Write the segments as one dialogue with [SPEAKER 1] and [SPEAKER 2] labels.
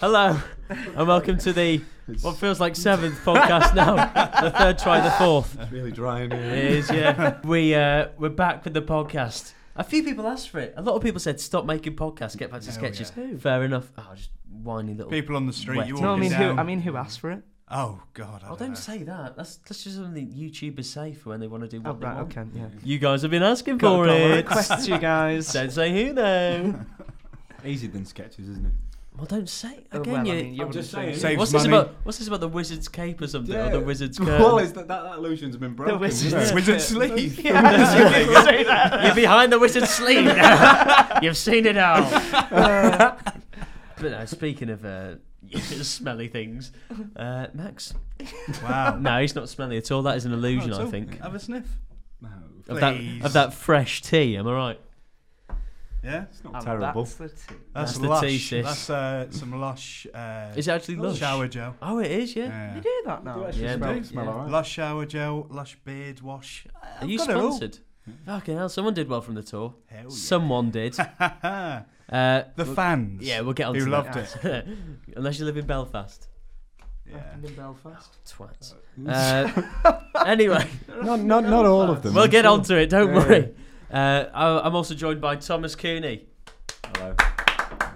[SPEAKER 1] Hello, and welcome to the what feels like seventh podcast now. The third try, the fourth.
[SPEAKER 2] It's really dry in here.
[SPEAKER 1] It is, yeah. We uh, we're back with the podcast. A few people asked for it. A lot of people said, "Stop making podcasts, get back to
[SPEAKER 3] Oh,
[SPEAKER 1] sketches." Fair enough. Oh, just whiny little.
[SPEAKER 3] People on the street,
[SPEAKER 1] Wet.
[SPEAKER 3] you
[SPEAKER 1] No,
[SPEAKER 3] walking
[SPEAKER 4] No, I mean who?
[SPEAKER 3] down.
[SPEAKER 4] I mean who asked for it?
[SPEAKER 3] oh God, I
[SPEAKER 1] Oh,
[SPEAKER 3] don't,
[SPEAKER 1] don't
[SPEAKER 3] know.
[SPEAKER 1] say that. That's that's just something YouTubers say for when they want to do what
[SPEAKER 4] Oh
[SPEAKER 1] they
[SPEAKER 4] right,
[SPEAKER 1] want.
[SPEAKER 4] okay, yeah.
[SPEAKER 1] You guys have been asking
[SPEAKER 4] Got,
[SPEAKER 1] for
[SPEAKER 4] got my
[SPEAKER 1] it.
[SPEAKER 4] requests, you guys.
[SPEAKER 1] Don't say who though.
[SPEAKER 2] Easier than sketches, isn't it?
[SPEAKER 1] Well, don't say
[SPEAKER 4] Oh,
[SPEAKER 1] again.
[SPEAKER 4] well, I
[SPEAKER 1] you,
[SPEAKER 4] mean, you
[SPEAKER 2] I'm just
[SPEAKER 4] wouldn't
[SPEAKER 2] saying.
[SPEAKER 4] say-
[SPEAKER 3] Saves
[SPEAKER 1] what's this
[SPEAKER 3] money.
[SPEAKER 1] about? What's this about the wizard's cape or something, or the wizard's curtain?
[SPEAKER 2] Well, it's that, that, that illusion's been broken.
[SPEAKER 4] The wizard's
[SPEAKER 2] Yeah.
[SPEAKER 3] curtain. Wizard's sleeve.
[SPEAKER 4] Yeah, I was gonna say that.
[SPEAKER 1] You're behind the wizard's sleeve now. You've seen it all. but no, speaking of uh, smelly things, uh, Max.
[SPEAKER 3] Wow.
[SPEAKER 1] No, he's not smelly at all. That is an illusion,
[SPEAKER 3] Not at
[SPEAKER 1] I
[SPEAKER 3] all.
[SPEAKER 1] think.
[SPEAKER 3] Have a sniff.
[SPEAKER 2] No,
[SPEAKER 1] Of that,
[SPEAKER 3] Please.
[SPEAKER 1] of that fresh tea, am I right?
[SPEAKER 3] Yeah,
[SPEAKER 2] it's not
[SPEAKER 4] And
[SPEAKER 2] terrible.
[SPEAKER 4] That's the tea.
[SPEAKER 3] that's,
[SPEAKER 1] That's the
[SPEAKER 3] lush.
[SPEAKER 1] tea, sis.
[SPEAKER 3] That's uh, some lush. Uh,
[SPEAKER 1] Is it actually lush?
[SPEAKER 3] shower gel?
[SPEAKER 1] Oh, it is, yeah.
[SPEAKER 3] Yeah.
[SPEAKER 4] You do that now.
[SPEAKER 1] Yeah,
[SPEAKER 2] smell,
[SPEAKER 1] do.
[SPEAKER 2] smell
[SPEAKER 1] Yeah.
[SPEAKER 2] alright.
[SPEAKER 3] Lush shower gel, lush beard wash.
[SPEAKER 1] Are you
[SPEAKER 3] got it all. Oh,
[SPEAKER 1] sponsored? Fucking hell, someone did well from the tour.
[SPEAKER 3] Hell
[SPEAKER 1] Someone did.
[SPEAKER 3] yeah.
[SPEAKER 1] Uh,
[SPEAKER 3] the
[SPEAKER 1] we'll-
[SPEAKER 3] fans.
[SPEAKER 1] Yeah, we'll get on
[SPEAKER 3] who
[SPEAKER 1] to
[SPEAKER 3] loved
[SPEAKER 1] that. Unless you live in Belfast.
[SPEAKER 3] Yeah.
[SPEAKER 4] in Belfast.
[SPEAKER 1] Twats. Uh, anyway,
[SPEAKER 2] Not, not, not all of them.
[SPEAKER 1] we'll get on to it, don't
[SPEAKER 2] Yeah.
[SPEAKER 1] worry. Uh, I- I'm also joined by Thomas Cooney.
[SPEAKER 2] Hello.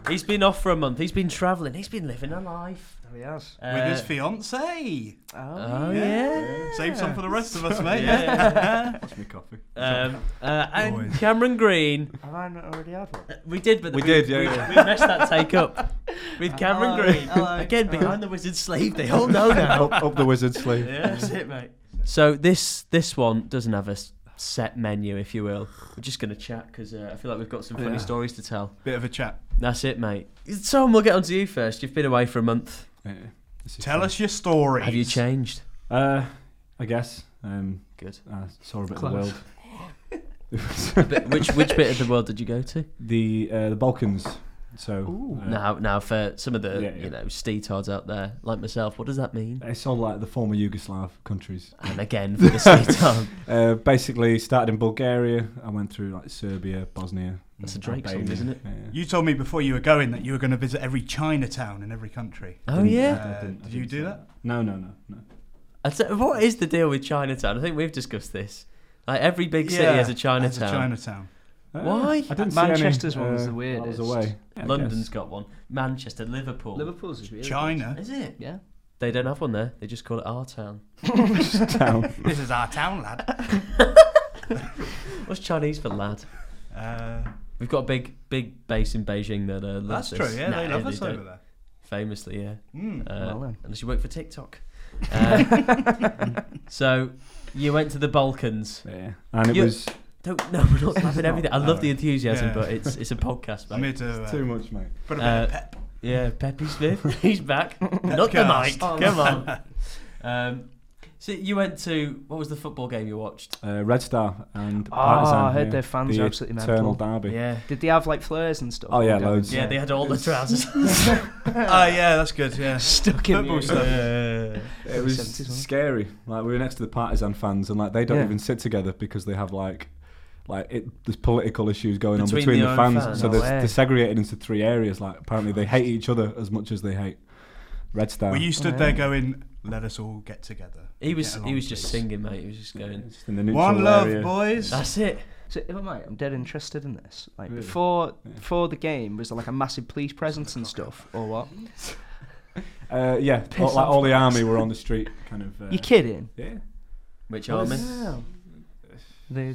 [SPEAKER 1] He's been off for a month. He's been travelling. He's been living a life.
[SPEAKER 4] Oh, yes.
[SPEAKER 1] Uh,
[SPEAKER 3] With his fiance.
[SPEAKER 1] Oh,
[SPEAKER 3] Yeah.
[SPEAKER 1] yeah.
[SPEAKER 3] Save some for the rest of us, mate.
[SPEAKER 1] Yeah.
[SPEAKER 2] Watch me coffee.
[SPEAKER 1] Um, uh, and
[SPEAKER 3] Always.
[SPEAKER 1] Cameron Green. Uh,
[SPEAKER 4] Have I not already had one?
[SPEAKER 1] We did, but
[SPEAKER 2] We
[SPEAKER 1] we,
[SPEAKER 2] did, yeah,
[SPEAKER 1] we,
[SPEAKER 2] yeah.
[SPEAKER 1] we messed that take up with Cameron
[SPEAKER 4] Hello,
[SPEAKER 1] Green
[SPEAKER 4] hello.
[SPEAKER 1] again behind the wizard's sleeve. They all know
[SPEAKER 2] up,
[SPEAKER 1] now.
[SPEAKER 2] up the wizard's sleeve.
[SPEAKER 1] yeah, that's it, mate. So this this one doesn't have a s- set menu, if you will. We're just gonna chat because uh, I feel like we've got some funny
[SPEAKER 2] Yeah.
[SPEAKER 1] stories to tell.
[SPEAKER 3] Bit of a chat.
[SPEAKER 1] That's it, mate. So we'll get on to you first. You've been away for a month.
[SPEAKER 2] Yeah, this is
[SPEAKER 3] Tell
[SPEAKER 2] fun.
[SPEAKER 3] us your story.
[SPEAKER 1] Have you changed?
[SPEAKER 2] Uh, I guess. Um,
[SPEAKER 1] Good.
[SPEAKER 2] I saw a bit
[SPEAKER 4] Close.
[SPEAKER 2] of the world.
[SPEAKER 1] But which which bit of the world did you go to?
[SPEAKER 2] the uh, the Balkans. So
[SPEAKER 4] Ooh.
[SPEAKER 2] uh,
[SPEAKER 1] now now for some of the
[SPEAKER 2] Yeah, yeah.
[SPEAKER 1] you know steetards out there like myself, what does that mean?
[SPEAKER 2] it's all like the former Yugoslav countries.
[SPEAKER 1] And again for the steetard.
[SPEAKER 2] Uh, basically, started in Bulgaria. I went through like Serbia, Bosnia.
[SPEAKER 1] That's a Drake song, isn't it?
[SPEAKER 2] Yeah.
[SPEAKER 3] You told me before you were going that you were going to visit every Chinatown in every country.
[SPEAKER 1] Oh
[SPEAKER 2] Didn't-
[SPEAKER 1] yeah.
[SPEAKER 2] I- I
[SPEAKER 3] Uh,
[SPEAKER 2] didn't- I
[SPEAKER 3] did you
[SPEAKER 2] didn't
[SPEAKER 3] do
[SPEAKER 2] say
[SPEAKER 3] that?
[SPEAKER 2] No, no, no, no.
[SPEAKER 1] I t- what is the deal with Chinatown? I think we've discussed this. Like every big city
[SPEAKER 3] Yeah,
[SPEAKER 1] has a
[SPEAKER 3] That's a
[SPEAKER 1] Chinatown.
[SPEAKER 3] Chinatown.
[SPEAKER 2] Uh,
[SPEAKER 1] Why?
[SPEAKER 2] I didn't see any,
[SPEAKER 4] Manchester's one was
[SPEAKER 2] uh,
[SPEAKER 4] the weirdest.
[SPEAKER 2] I was away. I
[SPEAKER 1] London's
[SPEAKER 2] guess.
[SPEAKER 1] got one. Manchester, Liverpool.
[SPEAKER 4] Liverpool's is really
[SPEAKER 3] China.
[SPEAKER 1] Is it?
[SPEAKER 4] Yeah.
[SPEAKER 1] They don't have one there. They just call it our town.
[SPEAKER 2] Town.
[SPEAKER 3] this is our town, lad.
[SPEAKER 1] What's Chinese for lad?
[SPEAKER 3] Uh,
[SPEAKER 1] We've got a big, big base in Beijing that uh, loves
[SPEAKER 3] that's true.
[SPEAKER 1] this.
[SPEAKER 3] Yeah, they
[SPEAKER 1] Nah,
[SPEAKER 3] love us
[SPEAKER 1] don't.
[SPEAKER 3] over there.
[SPEAKER 1] Famously, yeah.
[SPEAKER 3] Mm.
[SPEAKER 1] Uh,
[SPEAKER 4] Well then.
[SPEAKER 1] unless you work for TikTok. Uh, so you went to the Balkans.
[SPEAKER 2] yeah. And it
[SPEAKER 1] You-
[SPEAKER 2] was
[SPEAKER 1] Don't no, we're not having everything. I love the enthusiasm,
[SPEAKER 3] Yeah.
[SPEAKER 1] but it's it's a podcast,
[SPEAKER 3] I'm
[SPEAKER 1] mate.
[SPEAKER 3] here to uh,
[SPEAKER 2] too much, mate.
[SPEAKER 3] put a bit
[SPEAKER 1] Uh,
[SPEAKER 3] of pep.
[SPEAKER 1] Yeah, Peppy Smith, he's back. not the
[SPEAKER 3] Pepcast.
[SPEAKER 1] mic. Come on. Um, so you went to what was the football game you watched?
[SPEAKER 2] Uh, Red Star and
[SPEAKER 4] Oh,
[SPEAKER 2] Partizan,
[SPEAKER 4] I heard
[SPEAKER 2] yeah.
[SPEAKER 4] their fans
[SPEAKER 2] the
[SPEAKER 4] are absolutely
[SPEAKER 2] eternal
[SPEAKER 4] mental.
[SPEAKER 2] derby.
[SPEAKER 1] Yeah,
[SPEAKER 4] Did they have like flares and stuff?
[SPEAKER 2] Oh yeah,
[SPEAKER 4] Okay.
[SPEAKER 2] loads.
[SPEAKER 1] yeah, they had all the trousers.
[SPEAKER 3] Ah, yeah, that's good. Yeah.
[SPEAKER 4] Stuck in the
[SPEAKER 3] Football
[SPEAKER 4] area.
[SPEAKER 3] stuff.
[SPEAKER 2] It
[SPEAKER 4] 70s, wasn't
[SPEAKER 2] was
[SPEAKER 4] it?
[SPEAKER 2] scary. Like we were next to the partisan fans, and like they don't
[SPEAKER 4] Yeah.
[SPEAKER 2] even sit together because they have like, like it, there's political issues going
[SPEAKER 1] Between
[SPEAKER 2] on between
[SPEAKER 1] their
[SPEAKER 2] the
[SPEAKER 1] own
[SPEAKER 2] fans.
[SPEAKER 1] fans.
[SPEAKER 2] So
[SPEAKER 4] No
[SPEAKER 2] they're,
[SPEAKER 4] way.
[SPEAKER 2] they're segregated into three areas. Like apparently they hate each other as much as they hate Red Star.
[SPEAKER 3] Were you stood there
[SPEAKER 4] Yeah.
[SPEAKER 3] going, "Let us all get together"?
[SPEAKER 1] Um, He was
[SPEAKER 3] Get along,
[SPEAKER 1] he was just
[SPEAKER 3] please.
[SPEAKER 1] singing, mate. He was just
[SPEAKER 2] Yeah,
[SPEAKER 1] going.
[SPEAKER 2] it's in the neutral
[SPEAKER 3] One love,
[SPEAKER 2] area.
[SPEAKER 3] boys.
[SPEAKER 1] That's it.
[SPEAKER 4] So, if I might, I'm dead interested in this. Like
[SPEAKER 2] Really?
[SPEAKER 4] before,
[SPEAKER 2] Yeah.
[SPEAKER 4] before the game, was there like a massive police presence and stuff, or what?
[SPEAKER 2] Uh, yeah,
[SPEAKER 4] Piss
[SPEAKER 2] all, like
[SPEAKER 4] off,
[SPEAKER 2] all the
[SPEAKER 4] lads.
[SPEAKER 2] army were on the street, kind of. Uh,
[SPEAKER 4] You kidding?
[SPEAKER 2] Yeah.
[SPEAKER 1] Which
[SPEAKER 2] Well,
[SPEAKER 1] army?
[SPEAKER 2] it's-
[SPEAKER 4] Wow. The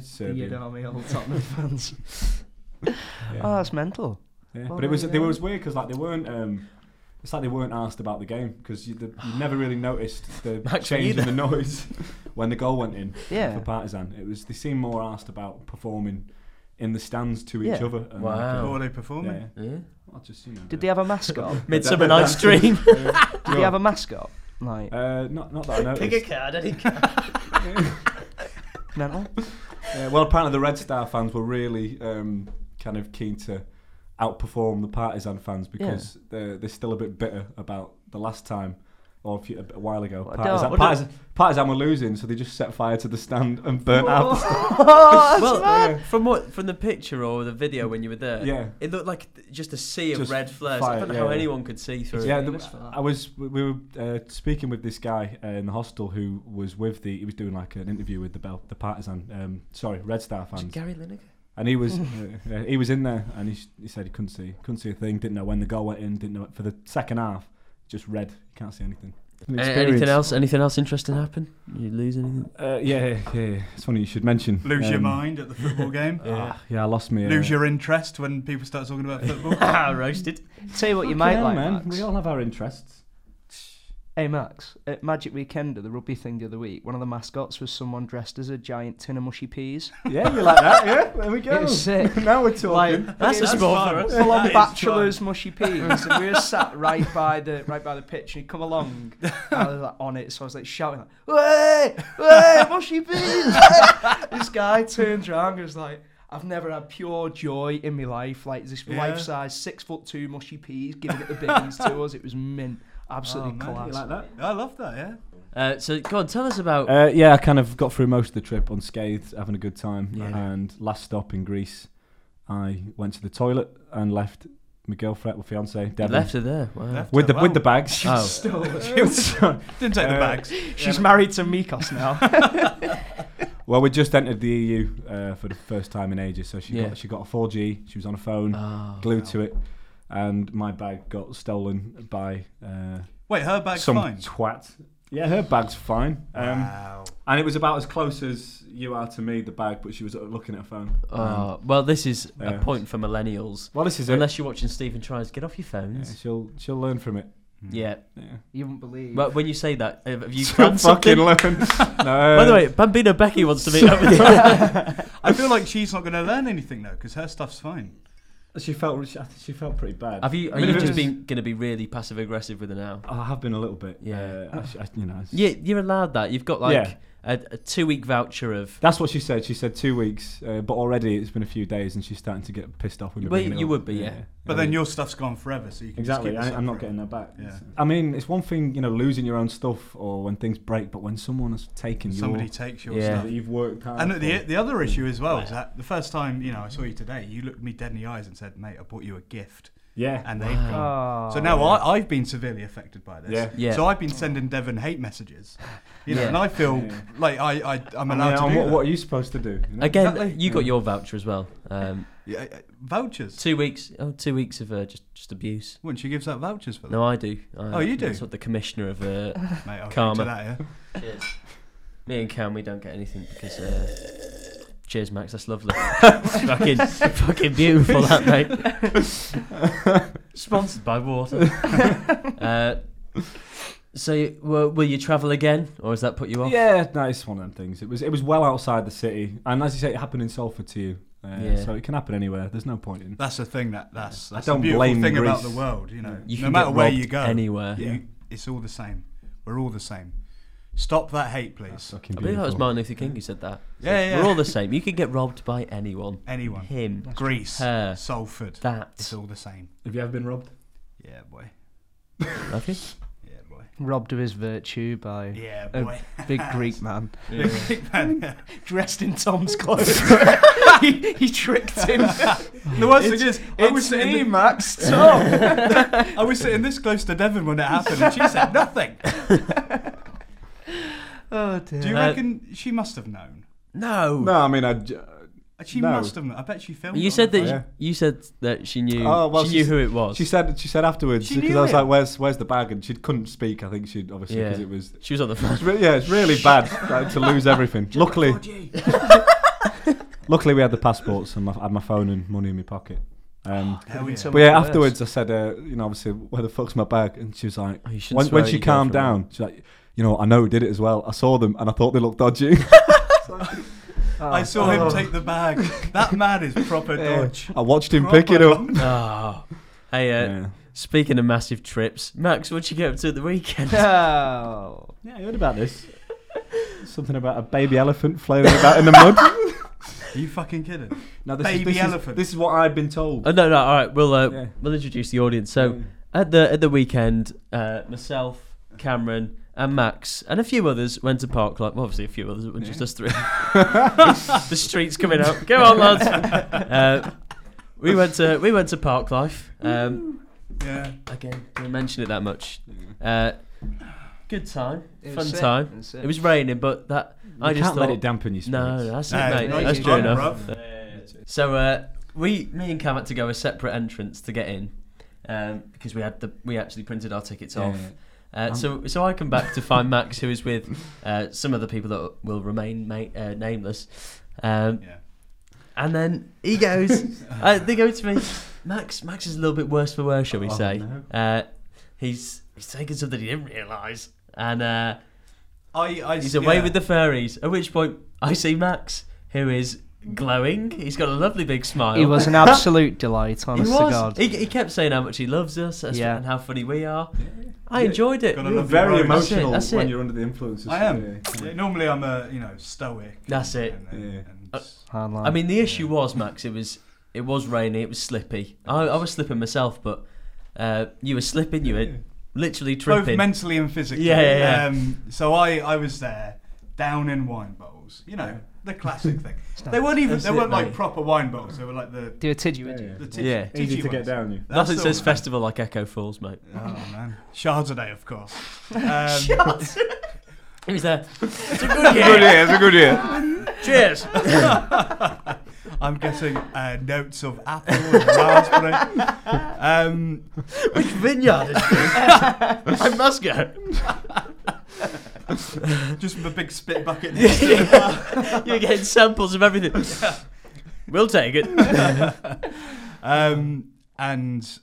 [SPEAKER 2] Serbian.
[SPEAKER 4] Serbian army, all Tottenham fans.
[SPEAKER 2] yeah.
[SPEAKER 4] Oh, that's mental.
[SPEAKER 2] Yeah,
[SPEAKER 4] Well,
[SPEAKER 2] but it was
[SPEAKER 4] there you
[SPEAKER 2] they
[SPEAKER 4] go.
[SPEAKER 2] was weird because like they weren't. Um, it's like they weren't asked about the game because you, the, you never really noticed the
[SPEAKER 1] Actually,
[SPEAKER 2] change in
[SPEAKER 1] either.
[SPEAKER 2] the noise when the goal went in
[SPEAKER 4] Yeah.
[SPEAKER 2] for Partizan. It was they seemed more asked about performing in the stands to each
[SPEAKER 4] Yeah.
[SPEAKER 2] other. And
[SPEAKER 1] Wow.
[SPEAKER 3] How are they
[SPEAKER 2] Like, uh,
[SPEAKER 3] performing?
[SPEAKER 2] yeah,
[SPEAKER 1] Yeah.
[SPEAKER 2] I'll just you know. uh,
[SPEAKER 4] Did they have a mascot?
[SPEAKER 1] Midsummer Night's Dream.
[SPEAKER 4] Did they have a mascot? Like
[SPEAKER 2] Uh, not not that I
[SPEAKER 1] Pick a
[SPEAKER 2] noticed.
[SPEAKER 1] card, any card.
[SPEAKER 4] mental?
[SPEAKER 2] Uh, well, apparently the Red Star fans were really um, kind of keen to outperform the Partizan fans because they're, they're still a bit bitter about the last time or a, few, a while ago.
[SPEAKER 4] Well,
[SPEAKER 2] Partizan,
[SPEAKER 4] don't-
[SPEAKER 2] Partizan, Partizan were losing, so they just set fire to the stand and burnt out the stand.
[SPEAKER 1] well,
[SPEAKER 2] mad.
[SPEAKER 1] from what from the picture or the video when you were
[SPEAKER 4] Oh.
[SPEAKER 1] there,
[SPEAKER 2] Yeah.
[SPEAKER 1] it looked like th- just a sea of
[SPEAKER 2] Just
[SPEAKER 1] red flares. I
[SPEAKER 2] fire,
[SPEAKER 1] don't know
[SPEAKER 2] yeah,
[SPEAKER 1] how
[SPEAKER 2] yeah.
[SPEAKER 1] anyone could see through.
[SPEAKER 2] Yeah,
[SPEAKER 1] it.
[SPEAKER 2] the, I was. We were uh, speaking with this guy uh, in the hostel who was with the. He was doing like an interview with the Bell, the Partizan. Um, sorry, Red Star
[SPEAKER 1] Was it
[SPEAKER 2] fans.
[SPEAKER 1] Gary Lineker.
[SPEAKER 2] And he was, uh, yeah, he was in there, and he, s- he said he couldn't see, couldn't see a thing. Didn't know when the goal went in. Didn't know for the second half. Just red. You can't see anything.
[SPEAKER 4] Uh,
[SPEAKER 2] An experience.
[SPEAKER 1] Uh, anything else? Anything else interesting happen? You lose anything?
[SPEAKER 2] Uh, yeah, yeah, yeah, yeah. It's funny you should mention.
[SPEAKER 3] Lose your
[SPEAKER 2] Um,
[SPEAKER 3] mind at the football game.
[SPEAKER 2] ah, yeah, I lost me.
[SPEAKER 3] Lose your interest when people start talking about football.
[SPEAKER 1] Ah, Roasted.
[SPEAKER 4] Tell you what you might like,
[SPEAKER 2] man.
[SPEAKER 4] Max.
[SPEAKER 2] We all have our interests.
[SPEAKER 4] Hey Max, at Magic Weekender, the rugby thing the other week, one of the mascots was someone dressed as a giant tin of mushy peas.
[SPEAKER 2] Yeah, you like that? Yeah, there we go.
[SPEAKER 4] It was sick.
[SPEAKER 2] now we're talking.
[SPEAKER 4] Like
[SPEAKER 1] That's a sport for us.
[SPEAKER 4] full on
[SPEAKER 3] That is
[SPEAKER 4] bachelor's mushy peas, and we were sat right by the right by the pitch, and he come along. And I was like on it, so I was like shouting, like, "Way, way, mushy peas!" this guy turns around, and was like. I've never had pure joy in my life. Like this
[SPEAKER 3] Yeah.
[SPEAKER 4] life-size, six foot two mushy peas giving it the biggies to us. It was mint, absolutely
[SPEAKER 3] Oh, man,
[SPEAKER 2] You
[SPEAKER 3] you
[SPEAKER 4] class.
[SPEAKER 2] like that?
[SPEAKER 3] I love that. Yeah.
[SPEAKER 1] Uh, so go on, tell us about.
[SPEAKER 2] Uh, yeah, I kind of got through most of the trip unscathed, having a good time.
[SPEAKER 1] Yeah.
[SPEAKER 2] And last stop in Greece, I went to the toilet and left my girlfriend, my fiance,
[SPEAKER 1] you
[SPEAKER 2] Devon,
[SPEAKER 1] left her there. Wow.
[SPEAKER 3] Left
[SPEAKER 2] with
[SPEAKER 3] her,
[SPEAKER 2] the with
[SPEAKER 3] wow.
[SPEAKER 2] the bags.
[SPEAKER 1] Oh.
[SPEAKER 2] She was so-
[SPEAKER 3] Didn't take the
[SPEAKER 2] Uh,
[SPEAKER 3] bags.
[SPEAKER 4] She's married to Mikos now.
[SPEAKER 2] well, we just entered the EU uh, for the first time in ages, so she
[SPEAKER 1] Yeah.
[SPEAKER 2] got she got a 4G. She was on a phone,
[SPEAKER 1] Oh.
[SPEAKER 2] glued to it, and my bag got stolen by uh,
[SPEAKER 3] Wait, her bag's
[SPEAKER 2] some
[SPEAKER 3] fine.
[SPEAKER 2] twat. Yeah, her bag's fine. Um,
[SPEAKER 3] wow.
[SPEAKER 2] And it was about as close as you are to me, the bag, but she was uh, looking at her phone. Um,
[SPEAKER 1] Oh, well, this is a
[SPEAKER 2] Yeah.
[SPEAKER 1] point for millennials.
[SPEAKER 2] well, this is it.
[SPEAKER 1] Unless you're watching Stephen Tries, get off your
[SPEAKER 2] Yeah,
[SPEAKER 1] phones.
[SPEAKER 2] she'll she'll learn from it.
[SPEAKER 1] Yeah.
[SPEAKER 2] Yeah.
[SPEAKER 4] You wouldn't believe.
[SPEAKER 1] Well, when you say that, have you
[SPEAKER 2] She'll
[SPEAKER 1] planned something?
[SPEAKER 2] fucking learn. no.
[SPEAKER 1] By the way, Bambino Becky wants to meet up with you.
[SPEAKER 3] I feel like she's not going to learn anything though, because her stuff's fine.
[SPEAKER 2] she felt she, she felt pretty bad.
[SPEAKER 1] Have you? Are
[SPEAKER 2] I mean,
[SPEAKER 1] you
[SPEAKER 2] if it
[SPEAKER 1] just
[SPEAKER 2] was-
[SPEAKER 1] being going to be really passive aggressive with her now?
[SPEAKER 2] I have been a little bit.
[SPEAKER 1] Yeah.
[SPEAKER 2] Uh, I sh- I, you know. it's-
[SPEAKER 1] Yeah, you're allowed that. You've got like
[SPEAKER 2] Yeah.
[SPEAKER 1] a, a two-week voucher of.
[SPEAKER 2] That's what she said. She said two weeks, uh, but already it's been a few days, and she's starting to get pissed off with me.
[SPEAKER 1] Well,
[SPEAKER 2] bringing it
[SPEAKER 1] you
[SPEAKER 2] up.
[SPEAKER 1] would be, yeah.
[SPEAKER 3] But then your stuff's gone forever, so you can
[SPEAKER 2] Oh, Exactly.
[SPEAKER 3] Just
[SPEAKER 2] I,
[SPEAKER 3] keep
[SPEAKER 2] I'm not getting that back.
[SPEAKER 3] Yeah.
[SPEAKER 2] I mean, it's one thing, you know, losing your own stuff or when things break, but when someone has taken
[SPEAKER 3] Somebody
[SPEAKER 2] your
[SPEAKER 3] takes your
[SPEAKER 1] Yeah.
[SPEAKER 2] that
[SPEAKER 3] stuff.
[SPEAKER 2] you've worked hard.
[SPEAKER 3] And the
[SPEAKER 2] for-
[SPEAKER 3] the other issue as well is that the first time you know I saw you today, you looked me dead in the eyes and said, "Mate, I bought you a gift,"
[SPEAKER 2] yeah.
[SPEAKER 3] and they've gone.
[SPEAKER 4] Oh.
[SPEAKER 3] So now I, I've been severely affected by this.
[SPEAKER 2] Yeah.
[SPEAKER 1] Yeah.
[SPEAKER 3] So I've been sending Devon hate messages, you know,
[SPEAKER 1] Yeah.
[SPEAKER 3] and I feel
[SPEAKER 2] Yeah.
[SPEAKER 3] like I, I I'm allowed
[SPEAKER 2] I mean,
[SPEAKER 3] to do
[SPEAKER 2] what,
[SPEAKER 3] that.
[SPEAKER 2] what are you supposed to do? you know?
[SPEAKER 1] Again,
[SPEAKER 3] Exactly.
[SPEAKER 1] you got your voucher as well. Um,
[SPEAKER 3] Yeah, uh, vouchers.
[SPEAKER 1] two weeks. Oh, two weeks of uh, just just abuse.
[SPEAKER 3] Wouldn't she gives out vouchers for that?
[SPEAKER 1] No, I do. I,
[SPEAKER 3] Oh, you do?
[SPEAKER 1] That's what the commissioner of. Uh,
[SPEAKER 3] Mate, I'll
[SPEAKER 1] Karma.
[SPEAKER 3] To that, yeah.
[SPEAKER 1] me and Cam, we don't get anything because. Uh, cheers, Max. That's lovely. fucking, fucking beautiful, that mate. Sponsored by water. uh, so, you, will, will you travel again, or has that put you off?
[SPEAKER 2] Yeah, no, it's one of them things. It was it was well outside the city, and as you say, it happened in Salford to you, uh,
[SPEAKER 1] Yeah.
[SPEAKER 2] so it can happen anywhere. There's no point in.
[SPEAKER 3] That's the thing that that's,
[SPEAKER 2] I
[SPEAKER 3] that's
[SPEAKER 2] don't
[SPEAKER 3] the beautiful
[SPEAKER 2] blame
[SPEAKER 3] thing about the
[SPEAKER 2] Greece.
[SPEAKER 3] world, you know.
[SPEAKER 1] You
[SPEAKER 3] no
[SPEAKER 1] can
[SPEAKER 3] matter
[SPEAKER 1] get
[SPEAKER 3] where
[SPEAKER 1] robbed
[SPEAKER 3] you go,
[SPEAKER 1] anywhere.
[SPEAKER 2] Yeah.
[SPEAKER 3] you- it's all the same. We're all the same. Stop that hate,
[SPEAKER 2] That's
[SPEAKER 3] please.
[SPEAKER 2] fucking
[SPEAKER 1] I believe that was
[SPEAKER 2] beautiful.
[SPEAKER 1] Martin Luther King who said that.
[SPEAKER 3] Yeah, yeah.
[SPEAKER 1] We're all the same. You could get robbed by anyone.
[SPEAKER 3] Anyone.
[SPEAKER 1] Him.
[SPEAKER 3] Greece,
[SPEAKER 1] Her.
[SPEAKER 3] Salford, it's
[SPEAKER 1] That.
[SPEAKER 3] all the same.
[SPEAKER 2] Have you ever been robbed?
[SPEAKER 3] Yeah, boy.
[SPEAKER 1] Love you.
[SPEAKER 3] Yeah, boy.
[SPEAKER 4] robbed of his virtue by
[SPEAKER 3] Yeah,
[SPEAKER 4] Uh,
[SPEAKER 3] boy.
[SPEAKER 4] big Greek man
[SPEAKER 3] Big man, yeah.
[SPEAKER 4] dressed in Tom's clothes. he, he tricked him.
[SPEAKER 3] the worst thing is, I was,
[SPEAKER 4] Oh, It's
[SPEAKER 3] sitting
[SPEAKER 4] me,
[SPEAKER 3] thi-
[SPEAKER 4] Max.
[SPEAKER 3] Tom. I was sitting this close to Devon when it happened, and she said nothing.
[SPEAKER 4] Oh dear.
[SPEAKER 3] Do you
[SPEAKER 1] Uh,
[SPEAKER 3] reckon she must have known? Uh,
[SPEAKER 1] No.
[SPEAKER 2] No, I mean I. j-
[SPEAKER 3] She
[SPEAKER 2] No.
[SPEAKER 3] must have. known. I bet she filmed.
[SPEAKER 1] You
[SPEAKER 3] it
[SPEAKER 1] said
[SPEAKER 3] on
[SPEAKER 1] that.
[SPEAKER 3] her
[SPEAKER 2] Oh, Yeah.
[SPEAKER 1] You said that she knew.
[SPEAKER 2] Oh, well,
[SPEAKER 1] she knew
[SPEAKER 2] she's-
[SPEAKER 1] who it was.
[SPEAKER 2] She said she said afterwards
[SPEAKER 3] She
[SPEAKER 2] because
[SPEAKER 3] knew
[SPEAKER 2] I was
[SPEAKER 3] it.
[SPEAKER 2] like, "Where's where's the bag?" and she couldn't speak. I think she'd obviously
[SPEAKER 1] Yeah.
[SPEAKER 2] because it was.
[SPEAKER 1] She was on the phone.
[SPEAKER 2] It's re- yeah, it's really bad like, to lose everything. Luckily, luckily we had the passports and my, I had my phone and money in my pocket. Um,
[SPEAKER 3] phone. Hell yeah.
[SPEAKER 4] So-
[SPEAKER 2] But yeah,
[SPEAKER 4] Worse.
[SPEAKER 2] afterwards I said, uh, you know, obviously, where the fuck's my bag? And she was like,
[SPEAKER 1] Oh, you shouldn't
[SPEAKER 2] when,
[SPEAKER 1] swear
[SPEAKER 2] when
[SPEAKER 1] at
[SPEAKER 2] she
[SPEAKER 1] your
[SPEAKER 2] calmed
[SPEAKER 1] girlfriend.
[SPEAKER 2] down, she's like, you know, I know who did it as well. I saw them and I thought they looked dodgy.
[SPEAKER 4] Oh,
[SPEAKER 3] I saw him take the bag. That man is proper dodge.
[SPEAKER 2] I watched him pick it up.
[SPEAKER 1] Oh. Hey, uh,
[SPEAKER 2] Yeah.
[SPEAKER 1] speaking of massive trips, Max, what'd you get up to at the weekend?
[SPEAKER 4] No.
[SPEAKER 2] yeah, you heard about this. Something about a baby elephant flailing about in the mud.
[SPEAKER 3] Are you fucking kidding?
[SPEAKER 2] Now,
[SPEAKER 3] Baby elephant.
[SPEAKER 2] this is what I've been told.
[SPEAKER 1] Oh, no, no. All right, we'll uh,
[SPEAKER 2] Yeah.
[SPEAKER 1] we'll introduce the audience. So at the at the weekend, uh, myself, Cameron, and Max, and a few others went to Park Life. Well, obviously, a few others, it wasn't just us three. the streets coming up. Go on, lads. Uh, we went to we went to Park Life. Um,
[SPEAKER 3] Yeah.
[SPEAKER 1] again, didn't mention it that much. Uh, good time,
[SPEAKER 4] It
[SPEAKER 1] fun
[SPEAKER 4] was sick.
[SPEAKER 1] time.
[SPEAKER 4] It was sick.
[SPEAKER 1] It was raining, but that I
[SPEAKER 2] you
[SPEAKER 1] just
[SPEAKER 2] can't
[SPEAKER 1] thought,
[SPEAKER 2] let it dampen your spirits.
[SPEAKER 1] no, that's it,
[SPEAKER 3] Nah,
[SPEAKER 1] mate.
[SPEAKER 3] no,
[SPEAKER 1] that's
[SPEAKER 3] you
[SPEAKER 1] true
[SPEAKER 3] can't,
[SPEAKER 1] enough.
[SPEAKER 3] bruv.
[SPEAKER 1] So uh, we, me and Cam had to go a separate entrance to get in um, because we had the we actually printed our tickets
[SPEAKER 2] Yeah,
[SPEAKER 1] off.
[SPEAKER 2] yeah.
[SPEAKER 1] Uh,
[SPEAKER 2] Um,
[SPEAKER 1] so, so I come back to find Max, who is with uh, some other people that will remain ma- uh, nameless. Um,
[SPEAKER 3] Yeah.
[SPEAKER 1] and then he goes, uh, they go to me. Max, Max is a little bit worse for wear, shall we
[SPEAKER 2] Oh,
[SPEAKER 1] say?
[SPEAKER 2] no.
[SPEAKER 1] Uh, he's he's taken something he didn't realise, and uh,
[SPEAKER 3] I, I,
[SPEAKER 1] he's away
[SPEAKER 3] yeah.
[SPEAKER 1] with the fairies. At which point, I see Max, who is glowing. He's got a lovely big smile.
[SPEAKER 4] He was an absolute delight, honest
[SPEAKER 1] he
[SPEAKER 4] to
[SPEAKER 1] was.
[SPEAKER 4] God.
[SPEAKER 1] He, he kept saying how much he loves us as-
[SPEAKER 4] Yeah.
[SPEAKER 1] and how funny we are. I
[SPEAKER 2] Yeah.
[SPEAKER 1] enjoyed it.
[SPEAKER 3] Got a
[SPEAKER 2] You're
[SPEAKER 3] lovely
[SPEAKER 2] very
[SPEAKER 3] road.
[SPEAKER 1] That's it,
[SPEAKER 2] emotional
[SPEAKER 1] that's
[SPEAKER 2] when
[SPEAKER 1] it.
[SPEAKER 2] you're under the influence. of
[SPEAKER 3] I am.
[SPEAKER 2] something.
[SPEAKER 3] Yeah, normally I'm a you know stoic.
[SPEAKER 1] That's it.
[SPEAKER 3] And, and,
[SPEAKER 2] Yeah.
[SPEAKER 3] and-
[SPEAKER 1] Uh,
[SPEAKER 4] Hard line.
[SPEAKER 1] I mean, the issue was Max. It was it was rainy. It was slippy. I, I was slipping myself, but uh, you were slipping. You were literally
[SPEAKER 3] both
[SPEAKER 1] tripping.
[SPEAKER 3] mentally and physically.
[SPEAKER 1] Yeah, yeah, yeah.
[SPEAKER 3] Um, so I, I was there, down in wine bowls. You know, the classic thing. They weren't even.
[SPEAKER 1] That's
[SPEAKER 3] They
[SPEAKER 1] it,
[SPEAKER 3] weren't like
[SPEAKER 1] mate.
[SPEAKER 3] proper wine bowls. They were like the
[SPEAKER 4] Do a tidgy,
[SPEAKER 2] Yeah,
[SPEAKER 4] would you?
[SPEAKER 2] yeah.
[SPEAKER 3] the titchy,
[SPEAKER 1] Yeah.
[SPEAKER 2] Easy
[SPEAKER 3] titchy
[SPEAKER 2] to get
[SPEAKER 3] ones.
[SPEAKER 2] down you.
[SPEAKER 3] That's
[SPEAKER 1] Nothing
[SPEAKER 3] all,
[SPEAKER 1] says
[SPEAKER 3] man.
[SPEAKER 1] festival like Echo Falls, mate.
[SPEAKER 3] Oh man, Chardonnay, of course. Um,
[SPEAKER 1] It was there. It's a good year.
[SPEAKER 5] It's a good year.
[SPEAKER 1] Cheers.
[SPEAKER 3] I'm getting uh, notes of apple and raspberry. Um,
[SPEAKER 1] Which vineyard is this? I must go.
[SPEAKER 3] just with a big spit bucket. next to it.
[SPEAKER 1] You're getting samples of everything. We'll take it.
[SPEAKER 3] um, and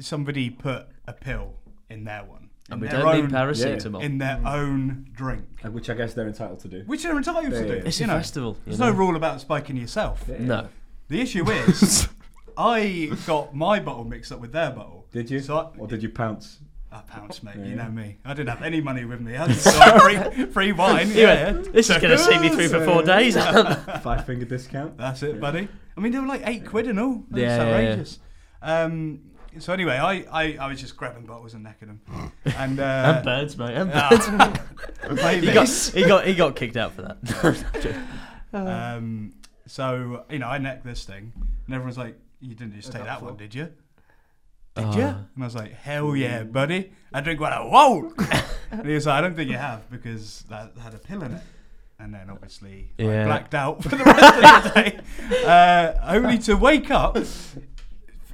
[SPEAKER 3] somebody put a pill in their one.
[SPEAKER 1] And
[SPEAKER 3] in
[SPEAKER 1] we
[SPEAKER 3] their
[SPEAKER 1] don't need
[SPEAKER 3] own-
[SPEAKER 1] paracetamol.
[SPEAKER 3] in their own drink,
[SPEAKER 2] Uh, Which I guess they're entitled to do.
[SPEAKER 3] which they're entitled
[SPEAKER 2] Yeah,
[SPEAKER 3] to do.
[SPEAKER 2] yeah.
[SPEAKER 1] It's
[SPEAKER 3] you
[SPEAKER 1] a
[SPEAKER 3] know.
[SPEAKER 1] festival. you
[SPEAKER 3] There's
[SPEAKER 1] know.
[SPEAKER 3] no rule about spiking yourself.
[SPEAKER 2] Yeah.
[SPEAKER 1] No.
[SPEAKER 3] The issue is, I got my bottle mixed up with their bottle.
[SPEAKER 2] Did you?
[SPEAKER 3] So I,
[SPEAKER 2] or did you pounce?
[SPEAKER 3] I pounced, mate.
[SPEAKER 2] Yeah.
[SPEAKER 3] You know me. I didn't have any money with me. I just got free, free wine.
[SPEAKER 1] He
[SPEAKER 3] Yeah.
[SPEAKER 1] went, this is going to see me through for four days.
[SPEAKER 2] Five finger discount.
[SPEAKER 3] That's it, buddy. I mean, they were like eight quid and all. That's
[SPEAKER 1] Yeah, yeah, yeah.
[SPEAKER 3] outrageous. Um, so anyway, I, I, I was just grabbing bottles and necking them. And,
[SPEAKER 1] and
[SPEAKER 3] uh,
[SPEAKER 1] birds, mate. And birds.
[SPEAKER 3] ah, maybe.
[SPEAKER 1] he got he got he got kicked out for that. Oh.
[SPEAKER 3] Um, so, you know, I necked this thing. And everyone's like, you didn't just take that one, did you? Did you?
[SPEAKER 1] Ah.
[SPEAKER 3] And I was like, hell yeah, buddy. I drink what I want. and he was like, I don't think you have because that had a pill in it. And then obviously
[SPEAKER 1] Yeah.
[SPEAKER 3] I blacked out for the rest of the day, uh, only to wake up,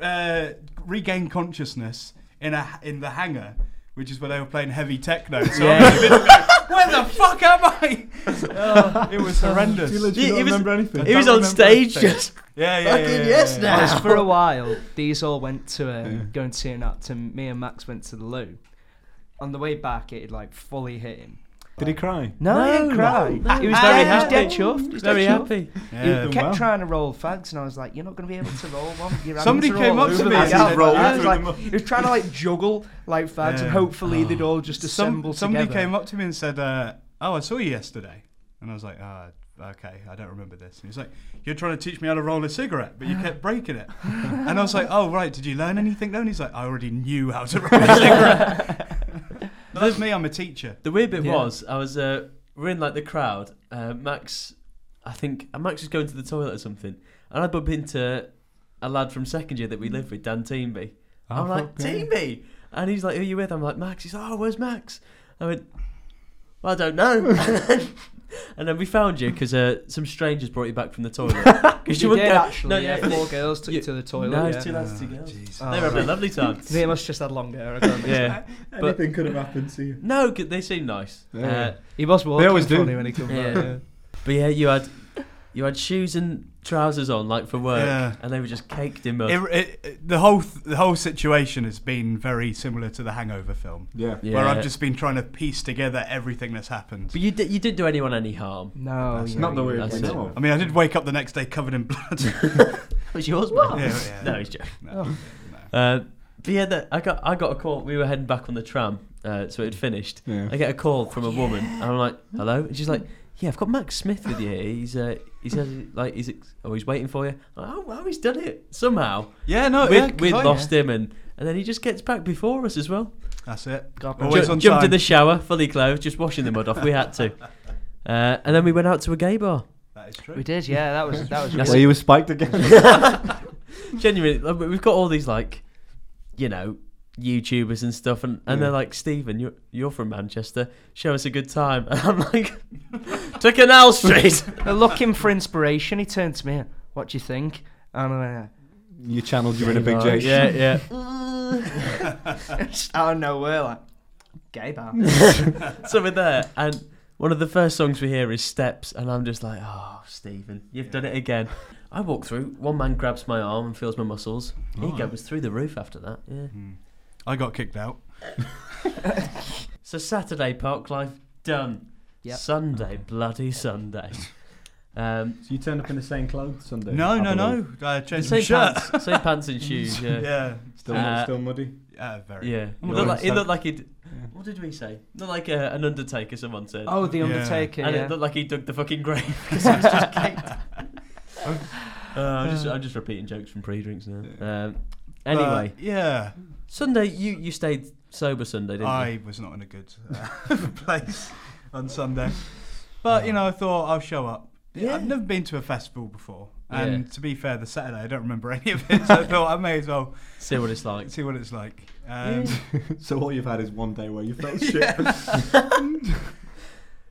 [SPEAKER 3] uh, regain consciousness in a in the hangar, which is where they were playing heavy techno. So
[SPEAKER 1] Yeah.
[SPEAKER 3] I'm in the middle going, where the fuck am I? Oh, it was horrendous.
[SPEAKER 2] Do you literally
[SPEAKER 1] He-
[SPEAKER 2] not
[SPEAKER 1] he was-
[SPEAKER 2] remember anything?
[SPEAKER 1] he was
[SPEAKER 3] don't
[SPEAKER 1] on
[SPEAKER 3] remember
[SPEAKER 1] stage
[SPEAKER 3] anything.
[SPEAKER 1] just
[SPEAKER 3] Yeah, yeah, yeah,
[SPEAKER 1] Fucking
[SPEAKER 3] yeah,
[SPEAKER 1] yes
[SPEAKER 3] yeah.
[SPEAKER 1] now.
[SPEAKER 4] Because for a while, these all went to um, go and see an act, and me and Max went to the loo. On the way back, it had like fully hit him.
[SPEAKER 2] Did he cry?
[SPEAKER 4] No, he didn't
[SPEAKER 1] No,
[SPEAKER 4] cry.
[SPEAKER 1] no.
[SPEAKER 4] He was very, Ah, he was
[SPEAKER 1] happy.
[SPEAKER 4] dead chuffed. He was
[SPEAKER 1] very
[SPEAKER 4] dead chuffed.
[SPEAKER 1] happy.
[SPEAKER 4] He
[SPEAKER 3] Yeah.
[SPEAKER 4] kept
[SPEAKER 2] well.
[SPEAKER 4] trying to roll fags, and I was like, "You're not going to be able to roll one." Your hands
[SPEAKER 3] Somebody
[SPEAKER 4] are
[SPEAKER 3] came
[SPEAKER 4] all
[SPEAKER 3] up to
[SPEAKER 4] over
[SPEAKER 3] me
[SPEAKER 4] the
[SPEAKER 3] and
[SPEAKER 4] ground."
[SPEAKER 3] said, "Roll
[SPEAKER 4] I was
[SPEAKER 3] through
[SPEAKER 4] like,
[SPEAKER 3] them all."
[SPEAKER 4] he was trying to like juggle like fags,
[SPEAKER 3] Yeah. Oh.
[SPEAKER 4] and hopefully they'd all just assemble
[SPEAKER 3] Some, somebody
[SPEAKER 4] together.
[SPEAKER 3] came up to me and said, uh, "Oh, I saw you yesterday," and I was like, "Ah, okay, I don't remember this." And he's like, "You're trying to teach me how to roll a cigarette, but you kept breaking it." and I was like, "Oh, right. Did you learn anything?" though?" And he's like, "I already knew how to roll a cigarette." But that's me. I'm a teacher.
[SPEAKER 1] The weird bit
[SPEAKER 4] Yeah.
[SPEAKER 1] was I was uh, we're in like the crowd. Uh, Max, I think uh, Max was going to the toilet or something, and I bump into a lad from second year that we lived with, Dan Teamby.
[SPEAKER 3] Oh,
[SPEAKER 1] I'm like Teamby, and he's like, "Who are you with?" I'm like Max. He's like, "Oh, where's Max?" I went, "Well, I don't know." and then we found you because uh, some strangers brought you back from the toilet because
[SPEAKER 4] You did actually.
[SPEAKER 1] No,
[SPEAKER 4] yeah,
[SPEAKER 1] yeah.
[SPEAKER 4] four girls took
[SPEAKER 1] Yeah.
[SPEAKER 4] you to the toilet.
[SPEAKER 1] No,
[SPEAKER 4] yeah.
[SPEAKER 1] it's two lads, two
[SPEAKER 3] Oh,
[SPEAKER 1] girls.
[SPEAKER 3] jeez.
[SPEAKER 4] Ah.
[SPEAKER 1] they were having a lovely time.
[SPEAKER 4] They must have just had long hair. I don't know.
[SPEAKER 1] yeah. But-
[SPEAKER 2] Anything could have happened to you.
[SPEAKER 1] No, 'cause they seem nice.
[SPEAKER 2] Yeah.
[SPEAKER 1] Uh,
[SPEAKER 4] He was walking
[SPEAKER 2] always do.
[SPEAKER 4] funny when he comes
[SPEAKER 1] Yeah.
[SPEAKER 4] back. Yeah.
[SPEAKER 1] But yeah, you had you had shoes and trousers on like for work,
[SPEAKER 3] Yeah.
[SPEAKER 1] and they were just caked in mud.
[SPEAKER 3] It, it, it- the whole th- the whole situation has been very similar to the Hangover film,
[SPEAKER 2] Yeah.
[SPEAKER 1] yeah.
[SPEAKER 3] where I've just been trying to piece together everything that's happened.
[SPEAKER 1] But you did you didn't do anyone any harm.
[SPEAKER 4] No,
[SPEAKER 3] That's
[SPEAKER 4] yeah,
[SPEAKER 2] Not the
[SPEAKER 4] yeah.
[SPEAKER 2] way
[SPEAKER 1] That's
[SPEAKER 2] we
[SPEAKER 1] it.
[SPEAKER 2] know
[SPEAKER 3] I
[SPEAKER 2] of.
[SPEAKER 3] mean, I did wake up the next day covered in blood.
[SPEAKER 1] It was yours, mate.
[SPEAKER 3] Yeah, yeah.
[SPEAKER 1] No, he's joking.
[SPEAKER 3] No, no.
[SPEAKER 1] Uh, but yeah, the, I got I got a call. We were heading back on the tram, uh, so it had finished.
[SPEAKER 2] Yeah.
[SPEAKER 1] I get a call from a woman, and I'm like, "Hello," and she's like, yeah, I've got Max Smith with you. He's uh, he says like he's ex- oh he's waiting for you. I'm like, oh, wow, he's done it somehow.
[SPEAKER 3] Yeah, no,
[SPEAKER 1] we
[SPEAKER 3] Oh, yeah, 'cause
[SPEAKER 1] we
[SPEAKER 3] I-
[SPEAKER 1] lost him and and then he just gets back before us as well.
[SPEAKER 3] That's it.
[SPEAKER 4] God
[SPEAKER 3] Always
[SPEAKER 4] bless.
[SPEAKER 1] Ju-
[SPEAKER 3] on
[SPEAKER 1] jumped
[SPEAKER 3] time.
[SPEAKER 1] in the shower, fully clothed, just washing the mud off. We had to. Uh, and then we went out to a gay bar.
[SPEAKER 3] That is true.
[SPEAKER 4] We did, yeah. That was that was.
[SPEAKER 1] That's
[SPEAKER 2] Where
[SPEAKER 1] it.
[SPEAKER 4] really-
[SPEAKER 2] you were spiked again.
[SPEAKER 1] Genuinely, like, we- we've got all these like, you know, YouTubers and stuff, and, and they're
[SPEAKER 2] Yeah.
[SPEAKER 1] like, Stephen, you're you're from Manchester, show us a good time. And I'm like, to Canal Street.
[SPEAKER 4] They're looking for inspiration. He turned to me. and, What do you think? And I
[SPEAKER 2] you channeled your inner Big J.
[SPEAKER 1] Yeah, yeah.
[SPEAKER 4] went, "Just out of nowhere, Oh, like gay bar.
[SPEAKER 1] So we're there, and one of the first songs we hear is Steps, and I'm just like, oh, Stephen, you've done it again. I walk through, one man grabs my arm and feels my muscles. He
[SPEAKER 3] Alright.
[SPEAKER 1] goes through the roof after that, yeah.
[SPEAKER 3] Hmm. I got kicked out.
[SPEAKER 1] So Saturday, park life, done.
[SPEAKER 4] Yep.
[SPEAKER 1] Sunday, bloody Sunday. Um,
[SPEAKER 2] So you turned up in the same clothes Sunday?
[SPEAKER 3] No,
[SPEAKER 2] I
[SPEAKER 3] no,
[SPEAKER 2] believe.
[SPEAKER 3] no. I changed my
[SPEAKER 1] same,
[SPEAKER 3] shirt.
[SPEAKER 1] pants, same pants and shoes, yeah. Yeah.
[SPEAKER 3] Yeah.
[SPEAKER 2] Still,
[SPEAKER 1] Uh,
[SPEAKER 2] still muddy.
[SPEAKER 3] very.
[SPEAKER 1] yeah. It,
[SPEAKER 3] Oh,
[SPEAKER 1] looked like, it
[SPEAKER 2] so-
[SPEAKER 1] looked like he'd...
[SPEAKER 2] Yeah.
[SPEAKER 1] What did we say? Not like a, an undertaker, someone said.
[SPEAKER 4] Oh, the
[SPEAKER 3] Yeah.
[SPEAKER 4] Undertaker.
[SPEAKER 1] and
[SPEAKER 4] Yeah.
[SPEAKER 1] it looked like he dug the fucking grave because it was just caked. Uh, I'm, just, I'm just repeating jokes from pre-drinks now. Um, anyway,
[SPEAKER 4] Uh,
[SPEAKER 3] But, yeah.
[SPEAKER 1] Sunday, you, you stayed sober Sunday, didn't you?
[SPEAKER 3] I was not in a good uh, place on Sunday. But, you know, I thought I'll show up.
[SPEAKER 1] Yeah.
[SPEAKER 3] I've never been to a festival before.
[SPEAKER 1] Yeah.
[SPEAKER 3] And to be fair, the Saturday, I don't remember any of it. So I thought I may as well
[SPEAKER 1] See what it's like.
[SPEAKER 3] see what it's like. Um,
[SPEAKER 2] so all you've had is one day where you felt shit.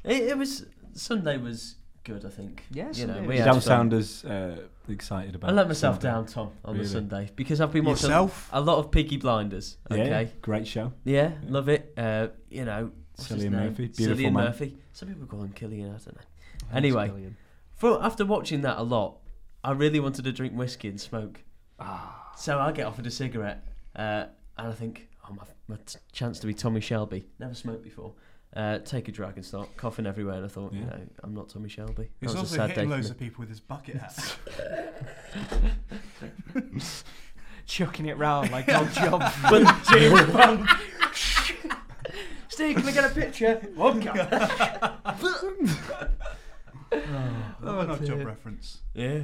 [SPEAKER 1] It, it was Sunday was good, I think.
[SPEAKER 4] Yeah,
[SPEAKER 1] you know,
[SPEAKER 4] Sunday
[SPEAKER 1] we
[SPEAKER 4] was
[SPEAKER 1] had
[SPEAKER 2] don't
[SPEAKER 1] fun.
[SPEAKER 2] sound as uh, excited about.
[SPEAKER 1] I let myself
[SPEAKER 2] Sunday.
[SPEAKER 1] down, Tom, on the
[SPEAKER 2] Really?
[SPEAKER 1] Sunday because I've been watching
[SPEAKER 3] Yourself?
[SPEAKER 1] a lot of Peaky Blinders. Okay,
[SPEAKER 2] Yeah, great show.
[SPEAKER 1] yeah,
[SPEAKER 2] Yeah.
[SPEAKER 1] love it. Uh, you know, what's his
[SPEAKER 2] Cillian
[SPEAKER 1] name?
[SPEAKER 2] Murphy, beautiful
[SPEAKER 1] Cillian
[SPEAKER 2] man.
[SPEAKER 1] Murphy. Some people call him Killian. I don't know. Anyway, For, after watching that a lot, I really wanted to drink whiskey and smoke.
[SPEAKER 4] Ah.
[SPEAKER 1] So I get offered a cigarette, uh, and I think, oh, my, my t- chance to be Tommy Shelby. Never smoked before. Uh, take a drag and start coughing everywhere, and I thought, you
[SPEAKER 2] Yeah.
[SPEAKER 1] know, I'm not Tommy Shelby. That
[SPEAKER 3] He's
[SPEAKER 1] was a
[SPEAKER 3] also
[SPEAKER 1] sad day
[SPEAKER 3] hitting
[SPEAKER 1] for
[SPEAKER 3] loads
[SPEAKER 1] me.
[SPEAKER 3] of people with his bucket hat.
[SPEAKER 4] chucking it round like no job.
[SPEAKER 1] But-
[SPEAKER 4] Steve, can we get a picture? Wonka.
[SPEAKER 3] Oh, an odd job
[SPEAKER 4] dear.
[SPEAKER 3] reference.
[SPEAKER 1] yeah,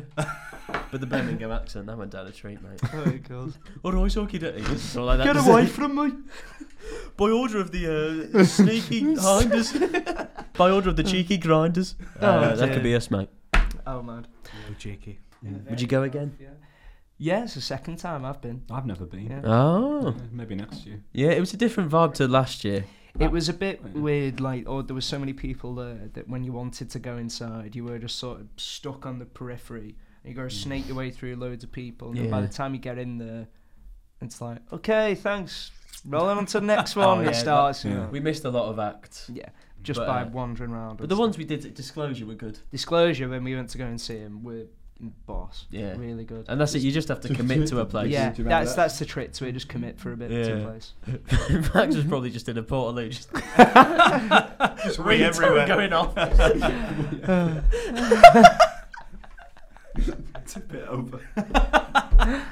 [SPEAKER 1] but the Birmingham accent that went down a treat, mate.
[SPEAKER 4] Oh,
[SPEAKER 1] All right, okie dokie. Something like that.
[SPEAKER 3] Get away from me!
[SPEAKER 1] By order of the uh, sneaky grinders. By order of the cheeky grinders. Uh,
[SPEAKER 4] Oh,
[SPEAKER 1] that
[SPEAKER 4] dear.
[SPEAKER 1] could be us, mate.
[SPEAKER 4] oh man.
[SPEAKER 3] Oh, cheeky.
[SPEAKER 1] Would you go again?
[SPEAKER 4] Yeah. yeah, it's the second time I've been.
[SPEAKER 2] I've never been.
[SPEAKER 4] Yeah.
[SPEAKER 1] Oh.
[SPEAKER 2] Uh, Maybe next year.
[SPEAKER 1] Yeah, it was a different vibe to last year.
[SPEAKER 4] It was a bit
[SPEAKER 2] Yeah.
[SPEAKER 4] weird, like, or there were so many people there that when you wanted to go inside, you were just sort of stuck on the periphery. And you got to snake your way through loads of people, and then by
[SPEAKER 1] Mm. Yeah.
[SPEAKER 4] the time you get in there, it's like, okay, thanks, rolling on to the next
[SPEAKER 1] Oh, yeah,
[SPEAKER 4] one. it
[SPEAKER 1] that-
[SPEAKER 4] starts, you
[SPEAKER 2] Yeah.
[SPEAKER 4] know.
[SPEAKER 1] We missed a lot of acts.
[SPEAKER 4] yeah, just
[SPEAKER 1] But,
[SPEAKER 4] by
[SPEAKER 1] uh,
[SPEAKER 4] wandering around.
[SPEAKER 1] But
[SPEAKER 4] and
[SPEAKER 1] the
[SPEAKER 4] stuff.
[SPEAKER 1] ones we did at Disclosure were good.
[SPEAKER 4] disclosure when we went to go and see him, were boss,
[SPEAKER 1] Yeah.
[SPEAKER 4] really good.
[SPEAKER 1] And that's it, you just have to commit to a place.
[SPEAKER 4] yeah,
[SPEAKER 2] Do you remember
[SPEAKER 4] that's
[SPEAKER 2] that?
[SPEAKER 4] that's the trick to it. Just commit for a bit to
[SPEAKER 1] Yeah.
[SPEAKER 4] a place.
[SPEAKER 1] Max was probably just in a portaloo, just
[SPEAKER 3] Just
[SPEAKER 1] ringtone
[SPEAKER 3] wee everywhere.
[SPEAKER 1] going off.
[SPEAKER 3] I'm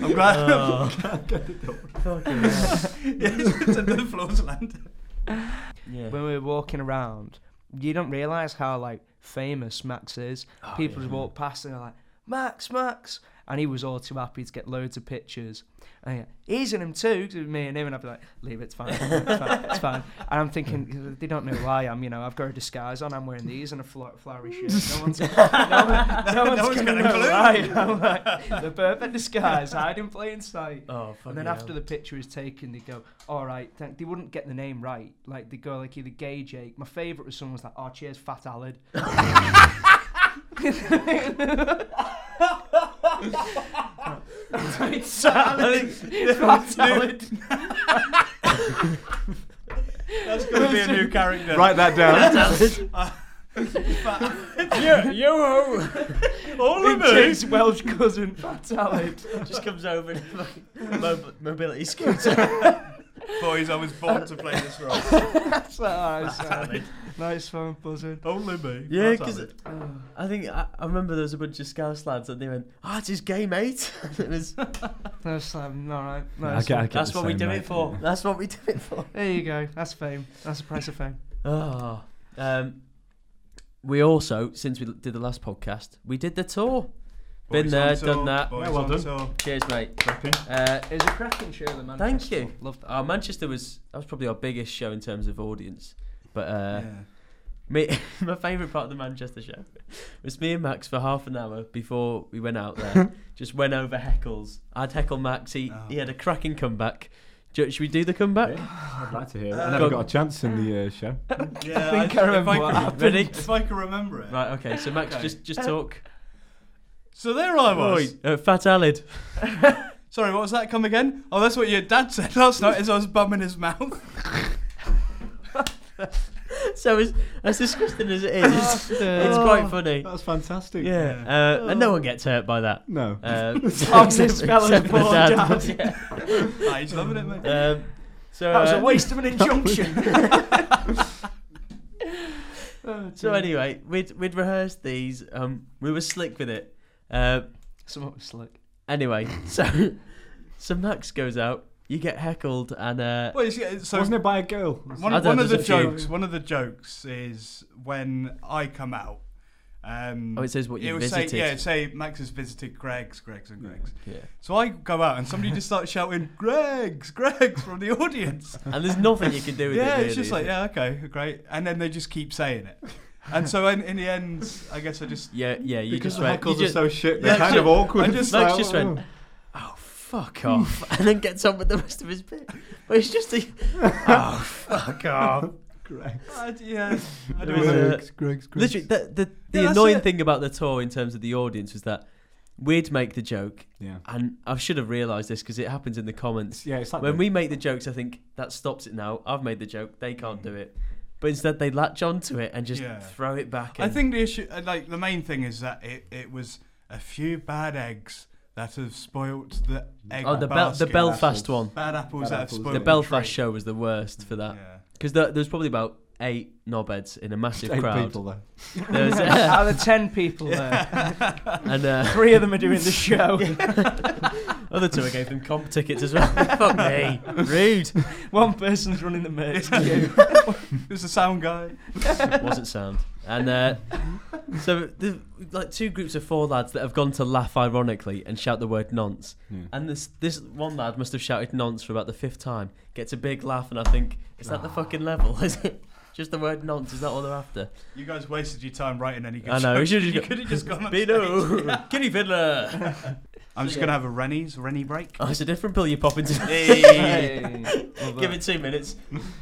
[SPEAKER 3] glad.
[SPEAKER 1] Oh. Fucking hell.
[SPEAKER 3] yeah, it's under the floor's landed.
[SPEAKER 1] yeah.
[SPEAKER 4] When we were walking around, you don't realize how like famous Max is. People just walk past and they're like, "Max, Max," and he was all too happy to get loads of pictures. And yeah, he's in him too, 'cause it was me and him, and I'd be like, "Leave it, it's fine, it's fine, it's fine." And I'm thinking they don't know who I am. You know, I've got a disguise on. I'm wearing these and a flo- flowery shirt. No one's, no, one, no one's,
[SPEAKER 3] No one's
[SPEAKER 4] gonna
[SPEAKER 3] gonna
[SPEAKER 4] know
[SPEAKER 3] clue.
[SPEAKER 4] who I am. Like, the perfect disguise, hide in plain sight.
[SPEAKER 1] Oh, fucking
[SPEAKER 4] And then after
[SPEAKER 1] hell.
[SPEAKER 4] the picture is taken, they go, "All right." Thank, they wouldn't get the name right. Like they go, like either gay Jake. My favourite was someone was like, "Oh, cheers, Fat Alad." it's salad. Fat Alad.
[SPEAKER 3] That's going to be a new character. Uh,
[SPEAKER 2] Write that down.
[SPEAKER 1] Yo, yo, all
[SPEAKER 4] Big Jake's Welsh cousin, Fat Alad.
[SPEAKER 1] Just comes over in a fucking mo- mobility scooter.
[SPEAKER 3] Boys, I was born to play this role.
[SPEAKER 4] That's all right, salad. uh, Nice phone buzzing.
[SPEAKER 3] Only me.
[SPEAKER 1] Yeah,
[SPEAKER 3] That's
[SPEAKER 1] 'cause
[SPEAKER 3] all right.
[SPEAKER 1] I think I, I remember there was a bunch of Scouse lads and they went, "Ah, it's his gay mate." it was
[SPEAKER 4] That's all
[SPEAKER 2] I
[SPEAKER 4] right. Nice
[SPEAKER 2] get, I
[SPEAKER 4] one.
[SPEAKER 2] get
[SPEAKER 1] That's
[SPEAKER 2] the
[SPEAKER 1] what we
[SPEAKER 2] same,
[SPEAKER 1] do
[SPEAKER 2] mate.
[SPEAKER 1] it for. That's what we do it for.
[SPEAKER 4] There you go. That's fame. That's the price of fame.
[SPEAKER 1] Oh. Um, we also, since we did the last podcast, we did the tour. Been
[SPEAKER 3] Boys
[SPEAKER 1] there,
[SPEAKER 3] on tour,
[SPEAKER 1] done that.
[SPEAKER 3] boys
[SPEAKER 2] Yeah, well
[SPEAKER 3] on
[SPEAKER 2] done.
[SPEAKER 3] tour.
[SPEAKER 1] Cheers, mate.
[SPEAKER 2] Cracking.
[SPEAKER 1] Uh,
[SPEAKER 4] It was a cracking show, the Manchester.
[SPEAKER 1] Thank you.
[SPEAKER 4] Loved Oh, that.
[SPEAKER 1] our Manchester was that was probably our biggest show in terms of audience, but uh,
[SPEAKER 3] Yeah.
[SPEAKER 1] me, my favourite part of the Manchester show was me and Max for half an hour before we went out there. just went over heckles. I'd heckle Max. He he
[SPEAKER 3] Oh.
[SPEAKER 1] had a cracking comeback. Jo- Should we do the comeback?
[SPEAKER 2] I'd like to hear. it.
[SPEAKER 3] Uh,
[SPEAKER 2] I never
[SPEAKER 1] go-
[SPEAKER 2] got a chance in the uh, show.
[SPEAKER 3] Yeah,
[SPEAKER 4] think I
[SPEAKER 3] if
[SPEAKER 4] remember
[SPEAKER 3] could-
[SPEAKER 4] what happened.
[SPEAKER 3] If I could- if I can remember it.
[SPEAKER 1] Right. Okay. So Max,
[SPEAKER 3] Okay.
[SPEAKER 1] just just talk.
[SPEAKER 3] So there Uh, I was.
[SPEAKER 1] Oi, uh, Fat Alid.
[SPEAKER 3] Sorry, what was that come again? Oh, that's what your dad said last night as I was bumming his mouth.
[SPEAKER 1] So as as disgusting as it is, it's, it's quite funny.
[SPEAKER 2] That's fantastic.
[SPEAKER 1] Yeah. Uh, and no one gets hurt by that.
[SPEAKER 2] No.
[SPEAKER 1] Uh,
[SPEAKER 4] Fox is fella's
[SPEAKER 1] except for the
[SPEAKER 4] poor
[SPEAKER 1] dad.
[SPEAKER 4] dad.
[SPEAKER 1] Yeah.
[SPEAKER 3] Ah, he's loving it, mate.
[SPEAKER 1] Um, so,
[SPEAKER 4] That was
[SPEAKER 1] uh,
[SPEAKER 4] a waste of an injunction.
[SPEAKER 1] so anyway, we'd we'd rehearsed these. Um, we were slick with it. Uh,
[SPEAKER 4] Someone was slick.
[SPEAKER 1] anyway, so so Max goes out. You get heckled, and uh,
[SPEAKER 3] Well, you see, so
[SPEAKER 2] Wasn't it by a girl?
[SPEAKER 3] one,
[SPEAKER 1] I don't
[SPEAKER 3] one
[SPEAKER 1] know,
[SPEAKER 3] of the
[SPEAKER 1] there's a few.
[SPEAKER 3] jokes, one of the jokes is when I come out. Um,
[SPEAKER 1] oh, it says what
[SPEAKER 3] it
[SPEAKER 1] you
[SPEAKER 3] would
[SPEAKER 1] visited.
[SPEAKER 3] say, yeah, it'd say Max has visited Greg's, Greg's, and
[SPEAKER 2] Yeah.
[SPEAKER 3] Greg's.
[SPEAKER 1] Yeah.
[SPEAKER 3] So I go out and somebody just starts shouting, Greg's, Greg's from the audience.
[SPEAKER 1] And there's nothing you can do with it.
[SPEAKER 3] yeah,
[SPEAKER 1] really,
[SPEAKER 3] it's just
[SPEAKER 1] is
[SPEAKER 3] like,
[SPEAKER 1] it?
[SPEAKER 3] yeah, okay, great. And then they just keep saying it. And so in, in the end, I guess I just.
[SPEAKER 1] yeah, yeah. You
[SPEAKER 2] because
[SPEAKER 1] just
[SPEAKER 2] the
[SPEAKER 1] went. you
[SPEAKER 2] heckles are
[SPEAKER 1] just,
[SPEAKER 2] so shit,
[SPEAKER 1] Yeah,
[SPEAKER 2] they're kind
[SPEAKER 1] so-
[SPEAKER 2] of awkward.
[SPEAKER 1] I
[SPEAKER 2] It's
[SPEAKER 1] just, Max just went, oh, fuck off, and then gets on with the rest of his bit. But it's just a, oh, fuck off.
[SPEAKER 2] Greg.
[SPEAKER 3] I, yeah, I don't
[SPEAKER 1] was, uh,
[SPEAKER 3] know.
[SPEAKER 2] Greg's, Greg's, Greg's.
[SPEAKER 1] Literally, the the, the
[SPEAKER 3] Yeah, that's
[SPEAKER 1] annoying
[SPEAKER 3] it.
[SPEAKER 1] thing about the tour in terms of the audience was that we'd make the joke,
[SPEAKER 2] Yeah.
[SPEAKER 1] and I should have realised this because it happens in the comments.
[SPEAKER 2] It's, yeah, it's like
[SPEAKER 1] When
[SPEAKER 2] the-
[SPEAKER 1] we make the jokes, I think that stops it now. I've made the joke, they can't
[SPEAKER 4] Mm.
[SPEAKER 1] do it. But instead, they latch onto it and just
[SPEAKER 3] Yeah.
[SPEAKER 1] throw it back.
[SPEAKER 3] I
[SPEAKER 1] and-
[SPEAKER 3] think the issue, uh, like the main thing, is that it, it was a few bad eggs that have spoilt the egg
[SPEAKER 1] oh, the Bel- the
[SPEAKER 3] basket.
[SPEAKER 1] Belfast
[SPEAKER 2] apples.
[SPEAKER 1] one,
[SPEAKER 3] bad apples
[SPEAKER 2] Bad
[SPEAKER 3] that
[SPEAKER 2] apples.
[SPEAKER 3] have
[SPEAKER 2] The
[SPEAKER 3] spoiled
[SPEAKER 1] the
[SPEAKER 2] Oh,
[SPEAKER 1] Belfast
[SPEAKER 3] tree.
[SPEAKER 1] show was the worst for that
[SPEAKER 3] Yeah.
[SPEAKER 1] because there, there was probably about eight knobheads in a massive
[SPEAKER 2] eight
[SPEAKER 1] crowd.
[SPEAKER 2] people there.
[SPEAKER 1] There was, uh,
[SPEAKER 4] Out of ten people
[SPEAKER 1] and uh,
[SPEAKER 4] there, three of them are doing the show.
[SPEAKER 1] other two, I gave them comp tickets as well. Fuck me, rude.
[SPEAKER 4] One person's running the merch.
[SPEAKER 3] It was the sound guy.
[SPEAKER 1] wasn't sound. And uh, so, the, like two groups of four lads that have gone to laugh ironically and shout the word nonce.
[SPEAKER 2] Yeah.
[SPEAKER 1] And this this one lad must have shouted nonce for about the fifth time. Gets a big laugh, and I think, is
[SPEAKER 4] Ah.
[SPEAKER 1] that the fucking level? Is it just the word nonce? Is that all they're after?
[SPEAKER 3] You guys wasted your time writing any good
[SPEAKER 1] I know, we
[SPEAKER 3] jokes.
[SPEAKER 1] should've
[SPEAKER 3] You
[SPEAKER 1] just-
[SPEAKER 3] could have just gone on stage.
[SPEAKER 1] Beano, guinea fiddler.
[SPEAKER 3] I'm just
[SPEAKER 1] Yeah.
[SPEAKER 3] going to have a Rennie's, Rennie break.
[SPEAKER 1] Oh, it's a different pill you pop into.
[SPEAKER 3] Hey.
[SPEAKER 1] Give it two minutes.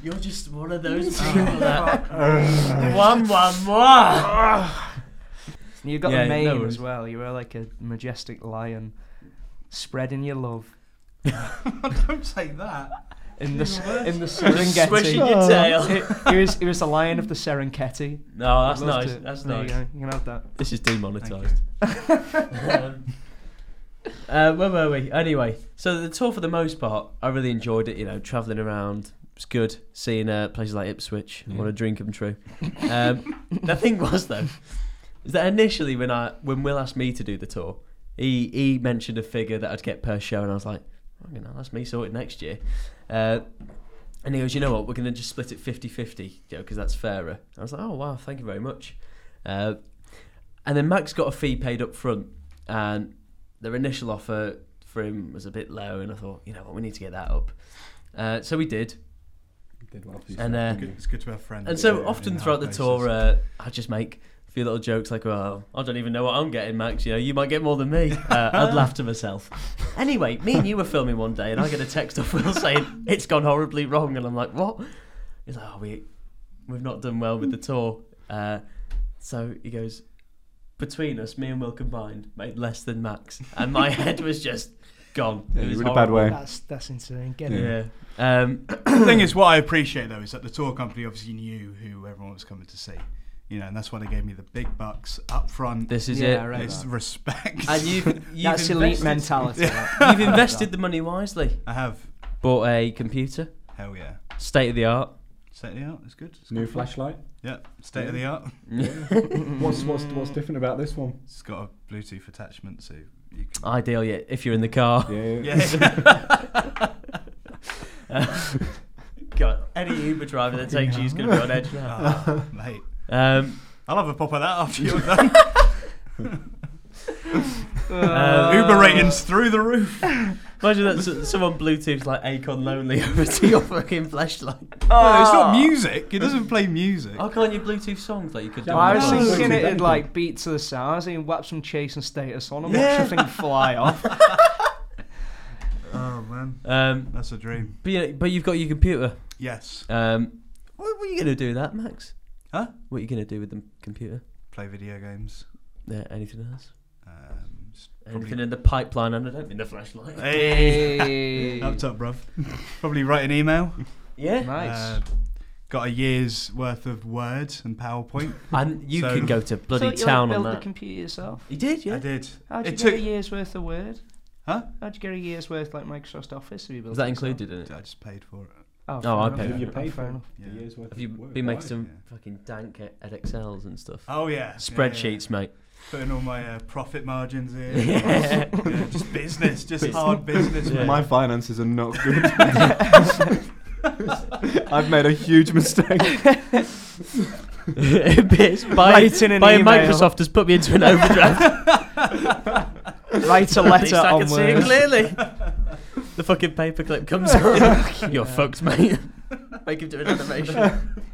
[SPEAKER 1] You're just one of those
[SPEAKER 3] Oh,
[SPEAKER 1] people that.
[SPEAKER 4] Ah.
[SPEAKER 3] fuck.
[SPEAKER 1] One, one, one.
[SPEAKER 4] You got
[SPEAKER 1] Yeah,
[SPEAKER 4] the mane
[SPEAKER 1] no worries.
[SPEAKER 4] as well. You were like a majestic lion, spreading your love
[SPEAKER 3] Don't say that.
[SPEAKER 4] in the s-
[SPEAKER 3] You're
[SPEAKER 4] in the
[SPEAKER 1] Swishing
[SPEAKER 4] Serengeti.
[SPEAKER 1] your tail.
[SPEAKER 4] It- He was he was the lion of the Serengeti.
[SPEAKER 1] No, that's
[SPEAKER 4] I loved
[SPEAKER 1] nice.
[SPEAKER 4] it.
[SPEAKER 1] That's
[SPEAKER 4] There you
[SPEAKER 1] nice.
[SPEAKER 4] go. You can have that.
[SPEAKER 1] This is demonetised. um, uh, where were we? Anyway, so the tour for the most part, I really enjoyed it. You know, travelling around, it's good. Seeing uh, places like Ipswich,
[SPEAKER 2] Yeah.
[SPEAKER 1] what a drink I'm true. Um, the thing was though, is that initially when I when Will asked me to do the tour, he he mentioned a figure that I'd get per show, and I was like, you know, that's me sorted next year. Uh, and he goes, you know what, we're going to just split it 50 50, you know, because that's fairer. I was like, oh, wow, thank you very much. Uh, and then Max got a fee paid up front, and their initial offer for him was a bit low, and I thought, you know what, we need to get that up. Uh, so we did.
[SPEAKER 2] Did well for you,
[SPEAKER 1] And,
[SPEAKER 2] sir.
[SPEAKER 1] uh,
[SPEAKER 3] Good- It's good to have friends.
[SPEAKER 1] And so
[SPEAKER 3] in-
[SPEAKER 1] often
[SPEAKER 3] in
[SPEAKER 1] throughout the
[SPEAKER 3] hard
[SPEAKER 1] tour,
[SPEAKER 3] places.
[SPEAKER 1] uh, I just make a few little jokes like, well, I don't even know what I'm getting, Max. You know, you might get more than me. Uh, I'd laugh to myself. Anyway, me and you were filming one day, and I get a text off Will saying, it's gone horribly wrong. And I'm like, what? He's like, oh, we, we've not done well with the tour. Uh, so he goes, between us, me and Will combined, made less than Max. And my head was just gone.
[SPEAKER 2] Yeah,
[SPEAKER 1] it
[SPEAKER 2] you
[SPEAKER 1] was
[SPEAKER 2] were in a bad
[SPEAKER 1] horrible.
[SPEAKER 2] way.
[SPEAKER 4] That's that's insane. Get it.
[SPEAKER 1] Yeah. Um,
[SPEAKER 3] the thing is, what I appreciate though is that the tour company obviously knew who everyone was coming to see. You know, and that's why they gave me the big bucks up front.
[SPEAKER 1] this is
[SPEAKER 4] yeah,
[SPEAKER 1] it.
[SPEAKER 4] Right
[SPEAKER 3] it's respect.
[SPEAKER 1] And you've, you've
[SPEAKER 4] That's elite
[SPEAKER 1] invested-
[SPEAKER 4] mentality.
[SPEAKER 1] You've invested the money wisely.
[SPEAKER 3] I have.
[SPEAKER 1] Bought a computer,
[SPEAKER 3] Hell yeah.
[SPEAKER 1] state of the art.
[SPEAKER 3] State of the art. It's good. It's
[SPEAKER 2] New
[SPEAKER 3] good.
[SPEAKER 2] flashlight.
[SPEAKER 3] Yep. State of the art.
[SPEAKER 2] What's what's what's different about this one?
[SPEAKER 3] It's got a Bluetooth attachment, so you can.
[SPEAKER 1] Ideal, yeah, if you're in the car.
[SPEAKER 2] Yeah.
[SPEAKER 3] Yeah.
[SPEAKER 1] God, any Uber driver that takes you is going to be on edge now.
[SPEAKER 3] Ah, mate.
[SPEAKER 1] Um,
[SPEAKER 3] I'll have a pop at that after you're done.
[SPEAKER 1] Uh,
[SPEAKER 3] Uber ratings through the roof.
[SPEAKER 1] Imagine that s- someone Bluetooth's like Akon Lonely over to your fucking flashlight.
[SPEAKER 3] No, it's
[SPEAKER 1] Ah.
[SPEAKER 3] not music. It doesn't play music.
[SPEAKER 1] How can't you Bluetooth songs like you could do?
[SPEAKER 4] Well,
[SPEAKER 1] on the
[SPEAKER 4] I was
[SPEAKER 1] bike?
[SPEAKER 2] Oh.
[SPEAKER 4] thinking
[SPEAKER 2] Bluetooth
[SPEAKER 4] it'd
[SPEAKER 2] anything.
[SPEAKER 4] like beat to the sound. I was thinking whap some chase and status on and
[SPEAKER 3] Yeah.
[SPEAKER 4] watch the thing fly
[SPEAKER 1] Uh,
[SPEAKER 4] off.
[SPEAKER 3] Oh man,
[SPEAKER 1] Um,
[SPEAKER 3] that's a dream.
[SPEAKER 1] but, yeah, but you've got your computer.
[SPEAKER 3] Yes,
[SPEAKER 1] Um, what, what are you gonna do with that, Max?
[SPEAKER 3] Huh?
[SPEAKER 1] What are you gonna do with the computer?
[SPEAKER 3] play video games.
[SPEAKER 1] Yeah, anything else?
[SPEAKER 3] Um, s-
[SPEAKER 1] Anything
[SPEAKER 3] probably-
[SPEAKER 1] in the pipeline? And I don't mean the flashlight.
[SPEAKER 4] Hey.
[SPEAKER 3] That's up, bruv. probably write an email.
[SPEAKER 1] Yeah,
[SPEAKER 4] Nice.
[SPEAKER 3] Uh, got a year's worth of Word and PowerPoint.
[SPEAKER 1] and you
[SPEAKER 3] So-
[SPEAKER 1] can go to
[SPEAKER 4] So
[SPEAKER 1] bloody
[SPEAKER 4] you, like,
[SPEAKER 1] town on
[SPEAKER 4] built the
[SPEAKER 1] that.
[SPEAKER 4] computer yourself.
[SPEAKER 1] You did,
[SPEAKER 3] I
[SPEAKER 1] yeah.
[SPEAKER 3] did.
[SPEAKER 4] How'd you
[SPEAKER 3] It
[SPEAKER 4] get a
[SPEAKER 3] took-
[SPEAKER 4] year's worth of Word?
[SPEAKER 3] Huh?
[SPEAKER 4] How'd you get a year's worth like Microsoft Office? Have you built
[SPEAKER 1] Was that
[SPEAKER 4] it yourself?
[SPEAKER 1] included in it?
[SPEAKER 3] I just paid for it.
[SPEAKER 4] Oh,
[SPEAKER 1] No, I
[SPEAKER 4] fair
[SPEAKER 1] paid
[SPEAKER 4] enough.
[SPEAKER 1] for
[SPEAKER 2] You
[SPEAKER 1] it.
[SPEAKER 2] paid
[SPEAKER 4] fair
[SPEAKER 2] for it.
[SPEAKER 4] enough.
[SPEAKER 2] The year's worth
[SPEAKER 1] Have you
[SPEAKER 2] of work.
[SPEAKER 1] been making
[SPEAKER 2] Why?
[SPEAKER 1] some
[SPEAKER 3] Yeah.
[SPEAKER 1] fucking dank e- at Excels and stuff?
[SPEAKER 3] Oh yeah.
[SPEAKER 1] Spreadsheets, mate.
[SPEAKER 3] Yeah, yeah. Putting all my uh, profit margins in.
[SPEAKER 1] Yeah.
[SPEAKER 3] Yeah, just business, just hard business.
[SPEAKER 1] Yeah.
[SPEAKER 3] mate.
[SPEAKER 2] My finances are not good. I've made a huge mistake.
[SPEAKER 1] Bitch, buying,
[SPEAKER 4] Writing an
[SPEAKER 1] buying
[SPEAKER 4] email.
[SPEAKER 1] Microsoft has put me into an overdraft.
[SPEAKER 4] Write a
[SPEAKER 1] At least
[SPEAKER 4] letter
[SPEAKER 1] I
[SPEAKER 4] on
[SPEAKER 1] can see it
[SPEAKER 4] Word.
[SPEAKER 1] clearly. the fucking paperclip comes out. You're fucked, mate. Make him do an animation.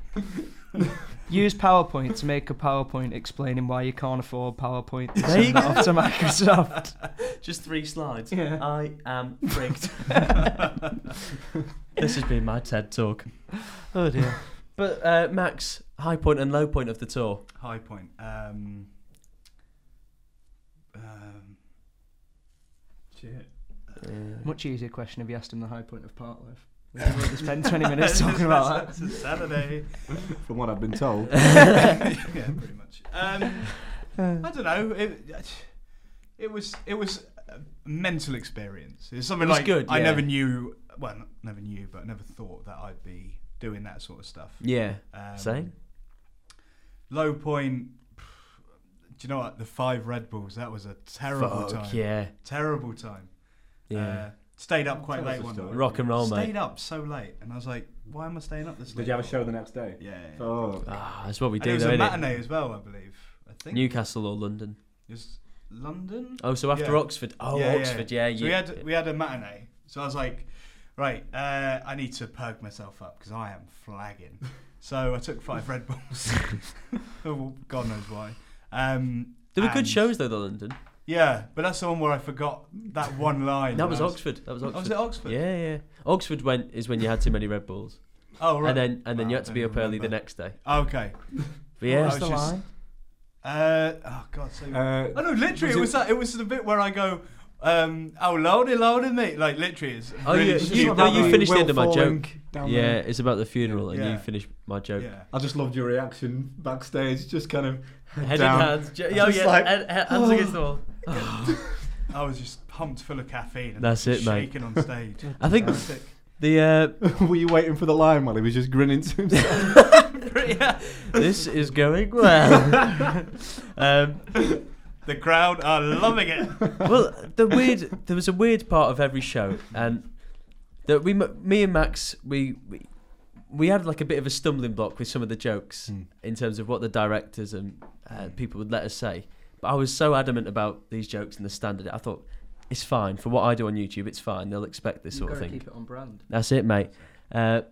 [SPEAKER 4] Use PowerPoint to make a PowerPoint explaining why you can't afford PowerPoint.
[SPEAKER 1] There
[SPEAKER 4] Send
[SPEAKER 1] you
[SPEAKER 4] that off to Microsoft.
[SPEAKER 1] Just three slides.
[SPEAKER 4] Yeah.
[SPEAKER 1] I am frigged. this has been my TED talk.
[SPEAKER 4] Oh dear.
[SPEAKER 1] But uh, Max, high point and low point of the tour.
[SPEAKER 3] High point. Um, um,
[SPEAKER 2] Shit.
[SPEAKER 4] Much easier question if you asked him the high point of part life. We could have spent 20 minutes talking about
[SPEAKER 3] It's
[SPEAKER 4] that.
[SPEAKER 3] a Saturday.
[SPEAKER 2] From what I've been told.
[SPEAKER 3] yeah, pretty much. Um, I don't know. It, it was it was a mental experience. It's something
[SPEAKER 1] It was
[SPEAKER 3] like
[SPEAKER 1] good,
[SPEAKER 3] I
[SPEAKER 1] yeah.
[SPEAKER 3] never knew. Well, not, never knew, but I never thought that I'd be doing that sort of stuff.
[SPEAKER 1] Yeah.
[SPEAKER 3] Um,
[SPEAKER 1] Same.
[SPEAKER 3] Low point. Do you know what? The five Red Bulls. That was a terrible
[SPEAKER 1] Fuck
[SPEAKER 3] time.
[SPEAKER 1] yeah.
[SPEAKER 3] Terrible time.
[SPEAKER 1] Yeah.
[SPEAKER 3] Uh, stayed up quite
[SPEAKER 2] Tell us
[SPEAKER 3] late
[SPEAKER 2] the
[SPEAKER 3] one
[SPEAKER 2] story.
[SPEAKER 3] night.
[SPEAKER 1] Rock and roll,
[SPEAKER 3] stayed
[SPEAKER 1] mate.
[SPEAKER 3] up so late, and I was like, "Why am I staying up this late?"
[SPEAKER 2] Did you have a
[SPEAKER 3] for?"
[SPEAKER 2] show the next day?
[SPEAKER 3] Yeah. yeah.
[SPEAKER 2] Oh.
[SPEAKER 1] Ah, that's what we
[SPEAKER 3] and
[SPEAKER 1] do,
[SPEAKER 3] it was
[SPEAKER 1] though,
[SPEAKER 3] a
[SPEAKER 1] innit?
[SPEAKER 3] matinee as well, I believe. I think.
[SPEAKER 1] Newcastle or London.
[SPEAKER 3] It was London.
[SPEAKER 1] Oh, so after
[SPEAKER 3] Yeah.
[SPEAKER 1] Oxford. Oh,
[SPEAKER 3] Yeah, yeah.
[SPEAKER 1] Oxford, yeah.
[SPEAKER 3] So we had we had a matinee. So I was like, right, uh, I need to perk myself up because I am flagging. so I took five Red Bulls. oh, God knows why. Um,
[SPEAKER 1] there were good
[SPEAKER 3] and-
[SPEAKER 1] shows, though, the London.
[SPEAKER 3] Yeah, but that's the one where I forgot that one line.
[SPEAKER 1] That
[SPEAKER 3] And
[SPEAKER 1] was
[SPEAKER 3] I
[SPEAKER 1] Oxford. That was
[SPEAKER 3] Oh,
[SPEAKER 1] Oxford.
[SPEAKER 3] was it Oxford?
[SPEAKER 1] Yeah, yeah. Oxford went is when you had too many Red Bulls,
[SPEAKER 3] Oh right.
[SPEAKER 1] and then and then
[SPEAKER 3] Wow,
[SPEAKER 1] you had to
[SPEAKER 3] I
[SPEAKER 1] be up
[SPEAKER 3] don't
[SPEAKER 1] early the
[SPEAKER 3] remember.
[SPEAKER 1] next day.
[SPEAKER 3] Okay.
[SPEAKER 1] But yeah,
[SPEAKER 3] was just- Uh, oh God. So. oh
[SPEAKER 2] Uh,
[SPEAKER 3] no,
[SPEAKER 2] was
[SPEAKER 3] literally, it,
[SPEAKER 2] it-
[SPEAKER 3] was that. It was the bit where I go. Um, oh lordy, lordy me! Like literally, it's
[SPEAKER 1] Oh,
[SPEAKER 3] really
[SPEAKER 1] you,
[SPEAKER 2] just
[SPEAKER 1] you,
[SPEAKER 2] not
[SPEAKER 3] stupid.
[SPEAKER 1] no,
[SPEAKER 2] that
[SPEAKER 1] you
[SPEAKER 2] way.
[SPEAKER 1] finished the
[SPEAKER 2] Will
[SPEAKER 1] end of my
[SPEAKER 2] falling
[SPEAKER 1] joke.
[SPEAKER 2] down the-
[SPEAKER 1] Yeah, it's about the funeral, and
[SPEAKER 3] Yeah.
[SPEAKER 1] you finished my joke.
[SPEAKER 3] Yeah.
[SPEAKER 2] I just loved your reaction backstage, just kind of
[SPEAKER 1] Head
[SPEAKER 2] down.
[SPEAKER 1] in hands. Jo- oh,
[SPEAKER 2] Just
[SPEAKER 1] yeah,
[SPEAKER 2] like-
[SPEAKER 1] head- head-
[SPEAKER 3] oh.
[SPEAKER 1] hands against the wall.
[SPEAKER 3] I was just pumped full of caffeine. And
[SPEAKER 1] That's it, mate.
[SPEAKER 3] shaking on stage.
[SPEAKER 1] I think
[SPEAKER 3] Sick.
[SPEAKER 1] the uh,
[SPEAKER 2] Were you waiting for the line while he was just grinning to himself?
[SPEAKER 1] this is going well. um,
[SPEAKER 3] The crowd are loving it.
[SPEAKER 1] well, the weird there was a weird part of every show, and that we, me and Max, we, we we had like a bit of a stumbling block with some of the jokes
[SPEAKER 4] Hmm.
[SPEAKER 1] in terms of what the directors and uh, people would let us say. But I was so adamant about these jokes and the standard. I thought it's fine for what I do on YouTube. It's fine. They'll expect this sort of thing.
[SPEAKER 4] keep it on brand.
[SPEAKER 1] That's it, mate. Uh,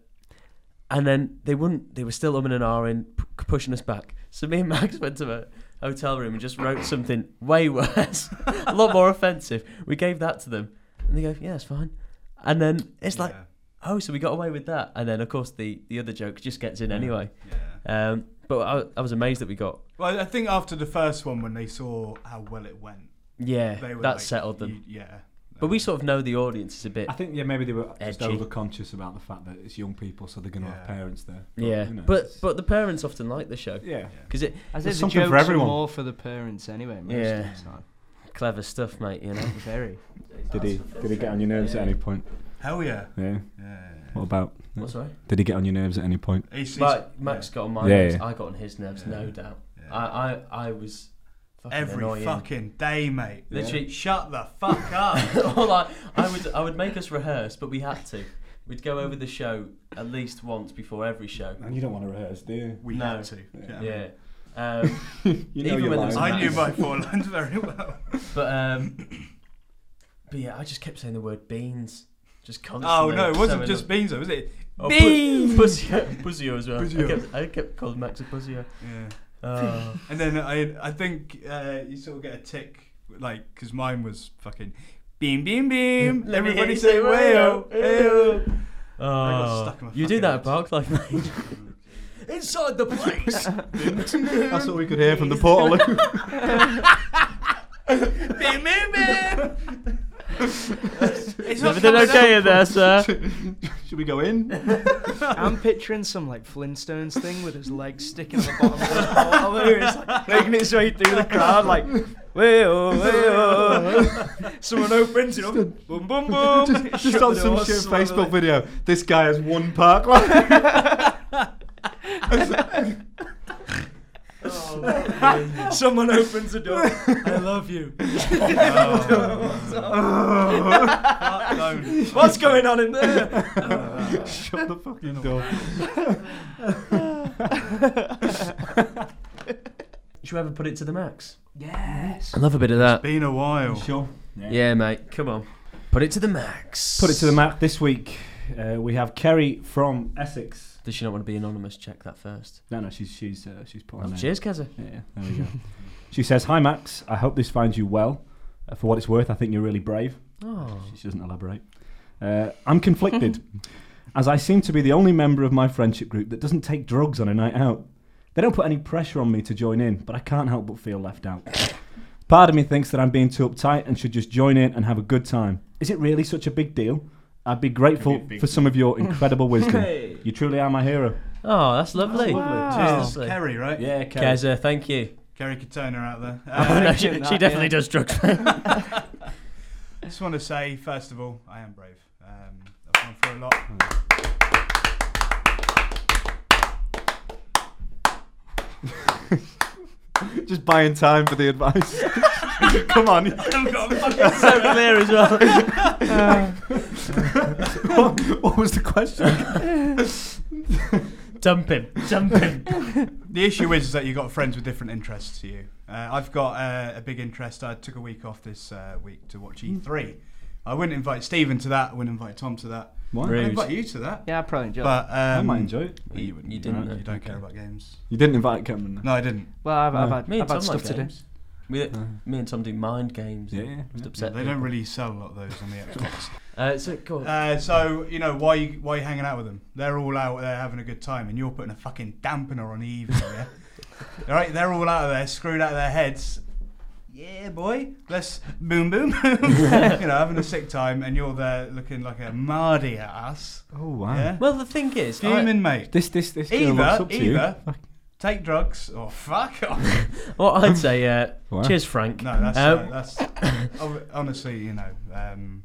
[SPEAKER 1] and then they wouldn't. They were still umming and ahhing, p- pushing us back. So me and Max went to a hotel room and just wrote something way worse, a lot more offensive. We gave that to them, and they go, "Yeah, it's fine." And then it's like, "Oh, so we got away with that." And then of course the the other joke just gets in anyway.
[SPEAKER 3] Yeah.
[SPEAKER 1] Um, but I, I was amazed that we got.
[SPEAKER 3] Well, I think after the first one, when they saw how well it went,
[SPEAKER 1] Yeah,
[SPEAKER 3] they
[SPEAKER 1] that
[SPEAKER 3] were like,
[SPEAKER 1] settled them.
[SPEAKER 3] "You- yeah.
[SPEAKER 1] but we sort of know the audience is a bit.
[SPEAKER 2] I think yeah, maybe they were just
[SPEAKER 1] Edgy.
[SPEAKER 2] over conscious about the fact that it's young people, so they're going to have
[SPEAKER 3] Yeah.
[SPEAKER 2] parents there.
[SPEAKER 1] yeah,
[SPEAKER 2] you know,
[SPEAKER 1] but
[SPEAKER 2] it's-
[SPEAKER 1] but the parents often like the show
[SPEAKER 2] yeah,
[SPEAKER 1] because it
[SPEAKER 4] As
[SPEAKER 2] There's
[SPEAKER 4] if the
[SPEAKER 2] something for
[SPEAKER 4] jokes are
[SPEAKER 2] everyone.
[SPEAKER 4] more for the parents anyway, most
[SPEAKER 1] Yeah.
[SPEAKER 4] of the time.
[SPEAKER 1] clever stuff, mate. You know.
[SPEAKER 4] Very.
[SPEAKER 2] did he did he get on your nerves at any point?
[SPEAKER 3] Hell yeah.
[SPEAKER 2] Yeah.
[SPEAKER 3] Yeah.
[SPEAKER 2] What about?
[SPEAKER 1] What's right?
[SPEAKER 2] Did he get on your nerves at any point?
[SPEAKER 3] He's- he's-
[SPEAKER 1] But Max got on my
[SPEAKER 2] Yeah,
[SPEAKER 1] nerves.
[SPEAKER 2] yeah.
[SPEAKER 1] I got on his nerves,
[SPEAKER 3] Yeah.
[SPEAKER 1] no doubt.
[SPEAKER 3] yeah.
[SPEAKER 1] I, I, I was fucking
[SPEAKER 3] Every
[SPEAKER 1] annoying.
[SPEAKER 3] fucking day, mate.
[SPEAKER 1] Literally-
[SPEAKER 3] Shut the fuck up.
[SPEAKER 1] All I, I would, I would make us rehearse, but we had to. We'd go over the show at least once before every show.
[SPEAKER 2] And you don't want to rehearse, do you?
[SPEAKER 3] we
[SPEAKER 1] No.
[SPEAKER 3] had to.
[SPEAKER 2] Yeah.
[SPEAKER 1] Yeah. Um,
[SPEAKER 2] You know
[SPEAKER 1] Even
[SPEAKER 2] you're
[SPEAKER 1] when there was a
[SPEAKER 2] lying.
[SPEAKER 3] I knew
[SPEAKER 1] Nice.
[SPEAKER 3] my four lines very well.
[SPEAKER 1] But um, but yeah, I just kept saying the word beans, just
[SPEAKER 3] Oh
[SPEAKER 1] constantly.
[SPEAKER 3] no, it wasn't
[SPEAKER 1] So
[SPEAKER 3] just
[SPEAKER 1] anno-
[SPEAKER 3] beans, though, was it?
[SPEAKER 1] Oh,
[SPEAKER 3] beans!
[SPEAKER 1] Bu- Buzzio, Buzzio as well.
[SPEAKER 3] Buzzio.
[SPEAKER 1] I, kept, I kept calling Max a Buzzio.
[SPEAKER 3] Yeah.
[SPEAKER 1] Oh.
[SPEAKER 3] And then I, I think uh, you sort of get a tick, like, because mine was fucking beam, beam, beam.
[SPEAKER 1] Let me hear
[SPEAKER 3] Everybody
[SPEAKER 1] you
[SPEAKER 3] say
[SPEAKER 1] say
[SPEAKER 3] wayo,
[SPEAKER 1] wayo,
[SPEAKER 3] ayo.
[SPEAKER 1] Oh.
[SPEAKER 3] stuck in my
[SPEAKER 1] you
[SPEAKER 3] fucking
[SPEAKER 1] do that
[SPEAKER 3] head.
[SPEAKER 1] at Barclay, mate. Inside the place.
[SPEAKER 2] That's what we could hear from the portal.
[SPEAKER 3] Beam, beam, beam. It's not
[SPEAKER 1] Everything
[SPEAKER 3] coming
[SPEAKER 1] okay
[SPEAKER 3] up.
[SPEAKER 1] in there, sir?
[SPEAKER 2] Should we go in?
[SPEAKER 4] I'm picturing some like Flintstones thing with his legs sticking at the bottom of the bottle. It's like making its way through the crowd, like, way oh, Someone opens, you know, boom, boom, boom.
[SPEAKER 2] just just
[SPEAKER 4] Shut
[SPEAKER 2] on
[SPEAKER 4] the
[SPEAKER 2] some
[SPEAKER 4] door,
[SPEAKER 2] shit
[SPEAKER 4] swallow
[SPEAKER 2] Facebook
[SPEAKER 4] it. Oh,
[SPEAKER 2] video. This guy has one park line.
[SPEAKER 1] Oh,
[SPEAKER 4] Someone opens the door. I love you.
[SPEAKER 3] No.
[SPEAKER 4] What's going on in there?
[SPEAKER 2] Shut the fucking door.
[SPEAKER 1] Should we ever put it to the max?
[SPEAKER 4] Yes.
[SPEAKER 1] I love a bit of that.
[SPEAKER 3] Been a while.
[SPEAKER 2] Sure.
[SPEAKER 1] Yeah, mate. Come on. Put it to the max.
[SPEAKER 2] Put it to the map this week. Uh, we have Kerry from Essex.
[SPEAKER 1] Does she not want to be anonymous? Check that first.
[SPEAKER 2] No, no, she's she's uh, she's put
[SPEAKER 1] Oh,
[SPEAKER 2] on there.
[SPEAKER 1] cheers, Keza.
[SPEAKER 2] Yeah, there we go. she says, "Hi Max, I hope this finds you well. Uh, for what it's worth, I think you're really brave."
[SPEAKER 1] Oh.
[SPEAKER 2] She doesn't elaborate. Uh, I'm conflicted, as I seem to be the only member of my friendship group that doesn't take drugs on a night out. They don't put any pressure on me to join in, but I can't help but feel left out. Part of me thinks that I'm being too uptight and should just join in and have a good time. Is it really such a big deal? I'd be grateful for some of your incredible wisdom. You truly are my hero.
[SPEAKER 1] Oh, that's lovely.
[SPEAKER 4] Wow.
[SPEAKER 1] Seriously.
[SPEAKER 3] Kerry, right?
[SPEAKER 2] Yeah, Kez.
[SPEAKER 1] Keza, thank you.
[SPEAKER 3] Kerry Katona out there.
[SPEAKER 1] Oh, no,
[SPEAKER 3] Uh,
[SPEAKER 1] she,
[SPEAKER 4] thinking
[SPEAKER 1] she
[SPEAKER 4] that,
[SPEAKER 1] definitely
[SPEAKER 4] yeah.
[SPEAKER 1] does drugs.
[SPEAKER 3] just want to say, first of all, I am brave. Um, I've gone through a lot.
[SPEAKER 2] Just buying time for the advice. Come on.
[SPEAKER 3] I've got a fucking
[SPEAKER 1] so clear as well.
[SPEAKER 2] what, what was the question?
[SPEAKER 1] Dump him. Dump him.
[SPEAKER 3] The issue is, is that you've got friends with different interests to you. Uh, I've got uh, a big interest. I took a week off this uh, week to watch E3. I wouldn't invite Stephen to that. I wouldn't invite Tom to that.
[SPEAKER 2] What?
[SPEAKER 1] Rude.
[SPEAKER 3] I'd invite you to that.
[SPEAKER 4] Yeah, I probably enjoy
[SPEAKER 3] But um,
[SPEAKER 2] I might enjoy it.
[SPEAKER 3] You,
[SPEAKER 1] You
[SPEAKER 3] you
[SPEAKER 1] didn't,
[SPEAKER 3] don't,
[SPEAKER 1] no.
[SPEAKER 3] you don't care about games.
[SPEAKER 2] You didn't invite Cameron. though.
[SPEAKER 3] No, I didn't.
[SPEAKER 4] Well, I've, I've
[SPEAKER 3] uh,
[SPEAKER 2] No.
[SPEAKER 4] had,
[SPEAKER 1] Me and
[SPEAKER 4] I've had
[SPEAKER 1] Tom
[SPEAKER 4] stuff
[SPEAKER 1] like
[SPEAKER 4] to do.
[SPEAKER 1] games. We,
[SPEAKER 2] Uh,
[SPEAKER 1] me and Tom do mind games.
[SPEAKER 2] yeah, yeah.
[SPEAKER 1] Just
[SPEAKER 2] yeah.
[SPEAKER 1] upset.
[SPEAKER 3] they don't
[SPEAKER 1] people.
[SPEAKER 3] really sell a lot of those on the Xbox.
[SPEAKER 1] Uh, so go on.
[SPEAKER 3] Uh, so you know why you, why you hanging out with them? They're all out there having a good time, and you're putting a fucking dampener on the evening. Yeah? all right, they're all out of there, screwed out of their heads. Yeah, boy, let's boom boom boom. you know, having a sick time, and you're there looking like a mardy at us.
[SPEAKER 2] Oh wow.
[SPEAKER 3] Yeah,
[SPEAKER 1] well, the thing is, I,
[SPEAKER 3] fuming mate.
[SPEAKER 2] This this this girl
[SPEAKER 3] Either-
[SPEAKER 2] looks up to
[SPEAKER 3] either.
[SPEAKER 2] you.
[SPEAKER 3] Take drugs or fuck off.
[SPEAKER 1] what I'd say, uh,
[SPEAKER 2] Wow.
[SPEAKER 1] cheers, Frank.
[SPEAKER 3] Um, No, that's
[SPEAKER 1] Um,
[SPEAKER 3] uh, that's hon- honestly, you know, um,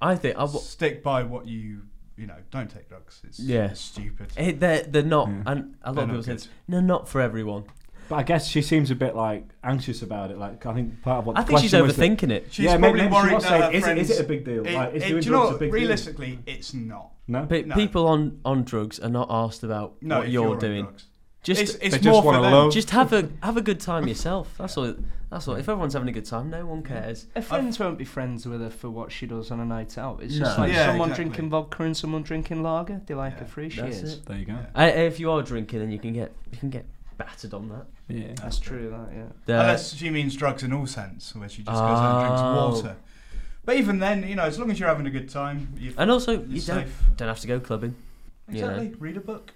[SPEAKER 1] I think I w-
[SPEAKER 3] stick by what you you know. Don't take drugs. It's
[SPEAKER 1] Yeah.
[SPEAKER 3] stupid.
[SPEAKER 1] eh, they're they're not,
[SPEAKER 2] Yeah.
[SPEAKER 1] and a lot
[SPEAKER 3] They're
[SPEAKER 1] of
[SPEAKER 3] not
[SPEAKER 1] people say
[SPEAKER 3] good.
[SPEAKER 1] this, no, not for everyone.
[SPEAKER 2] But I guess she seems a bit like anxious about it. Like I think part of what
[SPEAKER 1] I
[SPEAKER 2] the
[SPEAKER 1] think she's
[SPEAKER 2] question was that-
[SPEAKER 1] overthinking it.
[SPEAKER 3] She's
[SPEAKER 2] yeah, maybe,
[SPEAKER 3] probably
[SPEAKER 2] maybe she's
[SPEAKER 3] worried
[SPEAKER 2] not
[SPEAKER 3] that
[SPEAKER 2] saying,
[SPEAKER 3] her
[SPEAKER 2] is, it- is
[SPEAKER 3] friends-
[SPEAKER 2] it a big deal?
[SPEAKER 3] It-
[SPEAKER 2] like, is
[SPEAKER 3] it-
[SPEAKER 2] doing
[SPEAKER 3] do you know
[SPEAKER 2] drugs a
[SPEAKER 3] what?
[SPEAKER 2] big deal?
[SPEAKER 3] Realistically, it's not.
[SPEAKER 2] No.
[SPEAKER 1] But
[SPEAKER 3] No.
[SPEAKER 1] people on on drugs are not asked about
[SPEAKER 3] No,
[SPEAKER 1] what
[SPEAKER 3] if
[SPEAKER 1] you're,
[SPEAKER 3] on
[SPEAKER 1] doing.
[SPEAKER 3] drugs.
[SPEAKER 1] Just
[SPEAKER 3] it's it's
[SPEAKER 2] They just
[SPEAKER 3] more for
[SPEAKER 2] wanna
[SPEAKER 3] them.
[SPEAKER 2] love.
[SPEAKER 1] just have a have a good time yourself. That's all. That's all. If everyone's having a good time, no one cares.
[SPEAKER 4] Her friends won't be friends with her for what she does on a night out. It's just
[SPEAKER 1] No.
[SPEAKER 4] like
[SPEAKER 3] Yeah,
[SPEAKER 4] someone
[SPEAKER 3] exactly.
[SPEAKER 4] drinking vodka and someone drinking lager. They like
[SPEAKER 3] Yeah.
[SPEAKER 4] her free. She
[SPEAKER 1] That's
[SPEAKER 4] is.
[SPEAKER 1] it.
[SPEAKER 2] There you go.
[SPEAKER 3] Yeah.
[SPEAKER 1] I, Uh, if you are drinking, then you can get you can get battered on that.
[SPEAKER 2] Yeah.
[SPEAKER 4] That's true. That yeah.
[SPEAKER 1] The-
[SPEAKER 3] Unless she means drugs in all sense, where she just goes out and
[SPEAKER 1] Oh.
[SPEAKER 3] drinks water. But even then, you know, as long as you're having a good time, you're,
[SPEAKER 1] and also,
[SPEAKER 3] you're
[SPEAKER 1] you don't
[SPEAKER 3] safe.
[SPEAKER 1] don't have to go clubbing. you know.
[SPEAKER 3] Exactly. Read a book.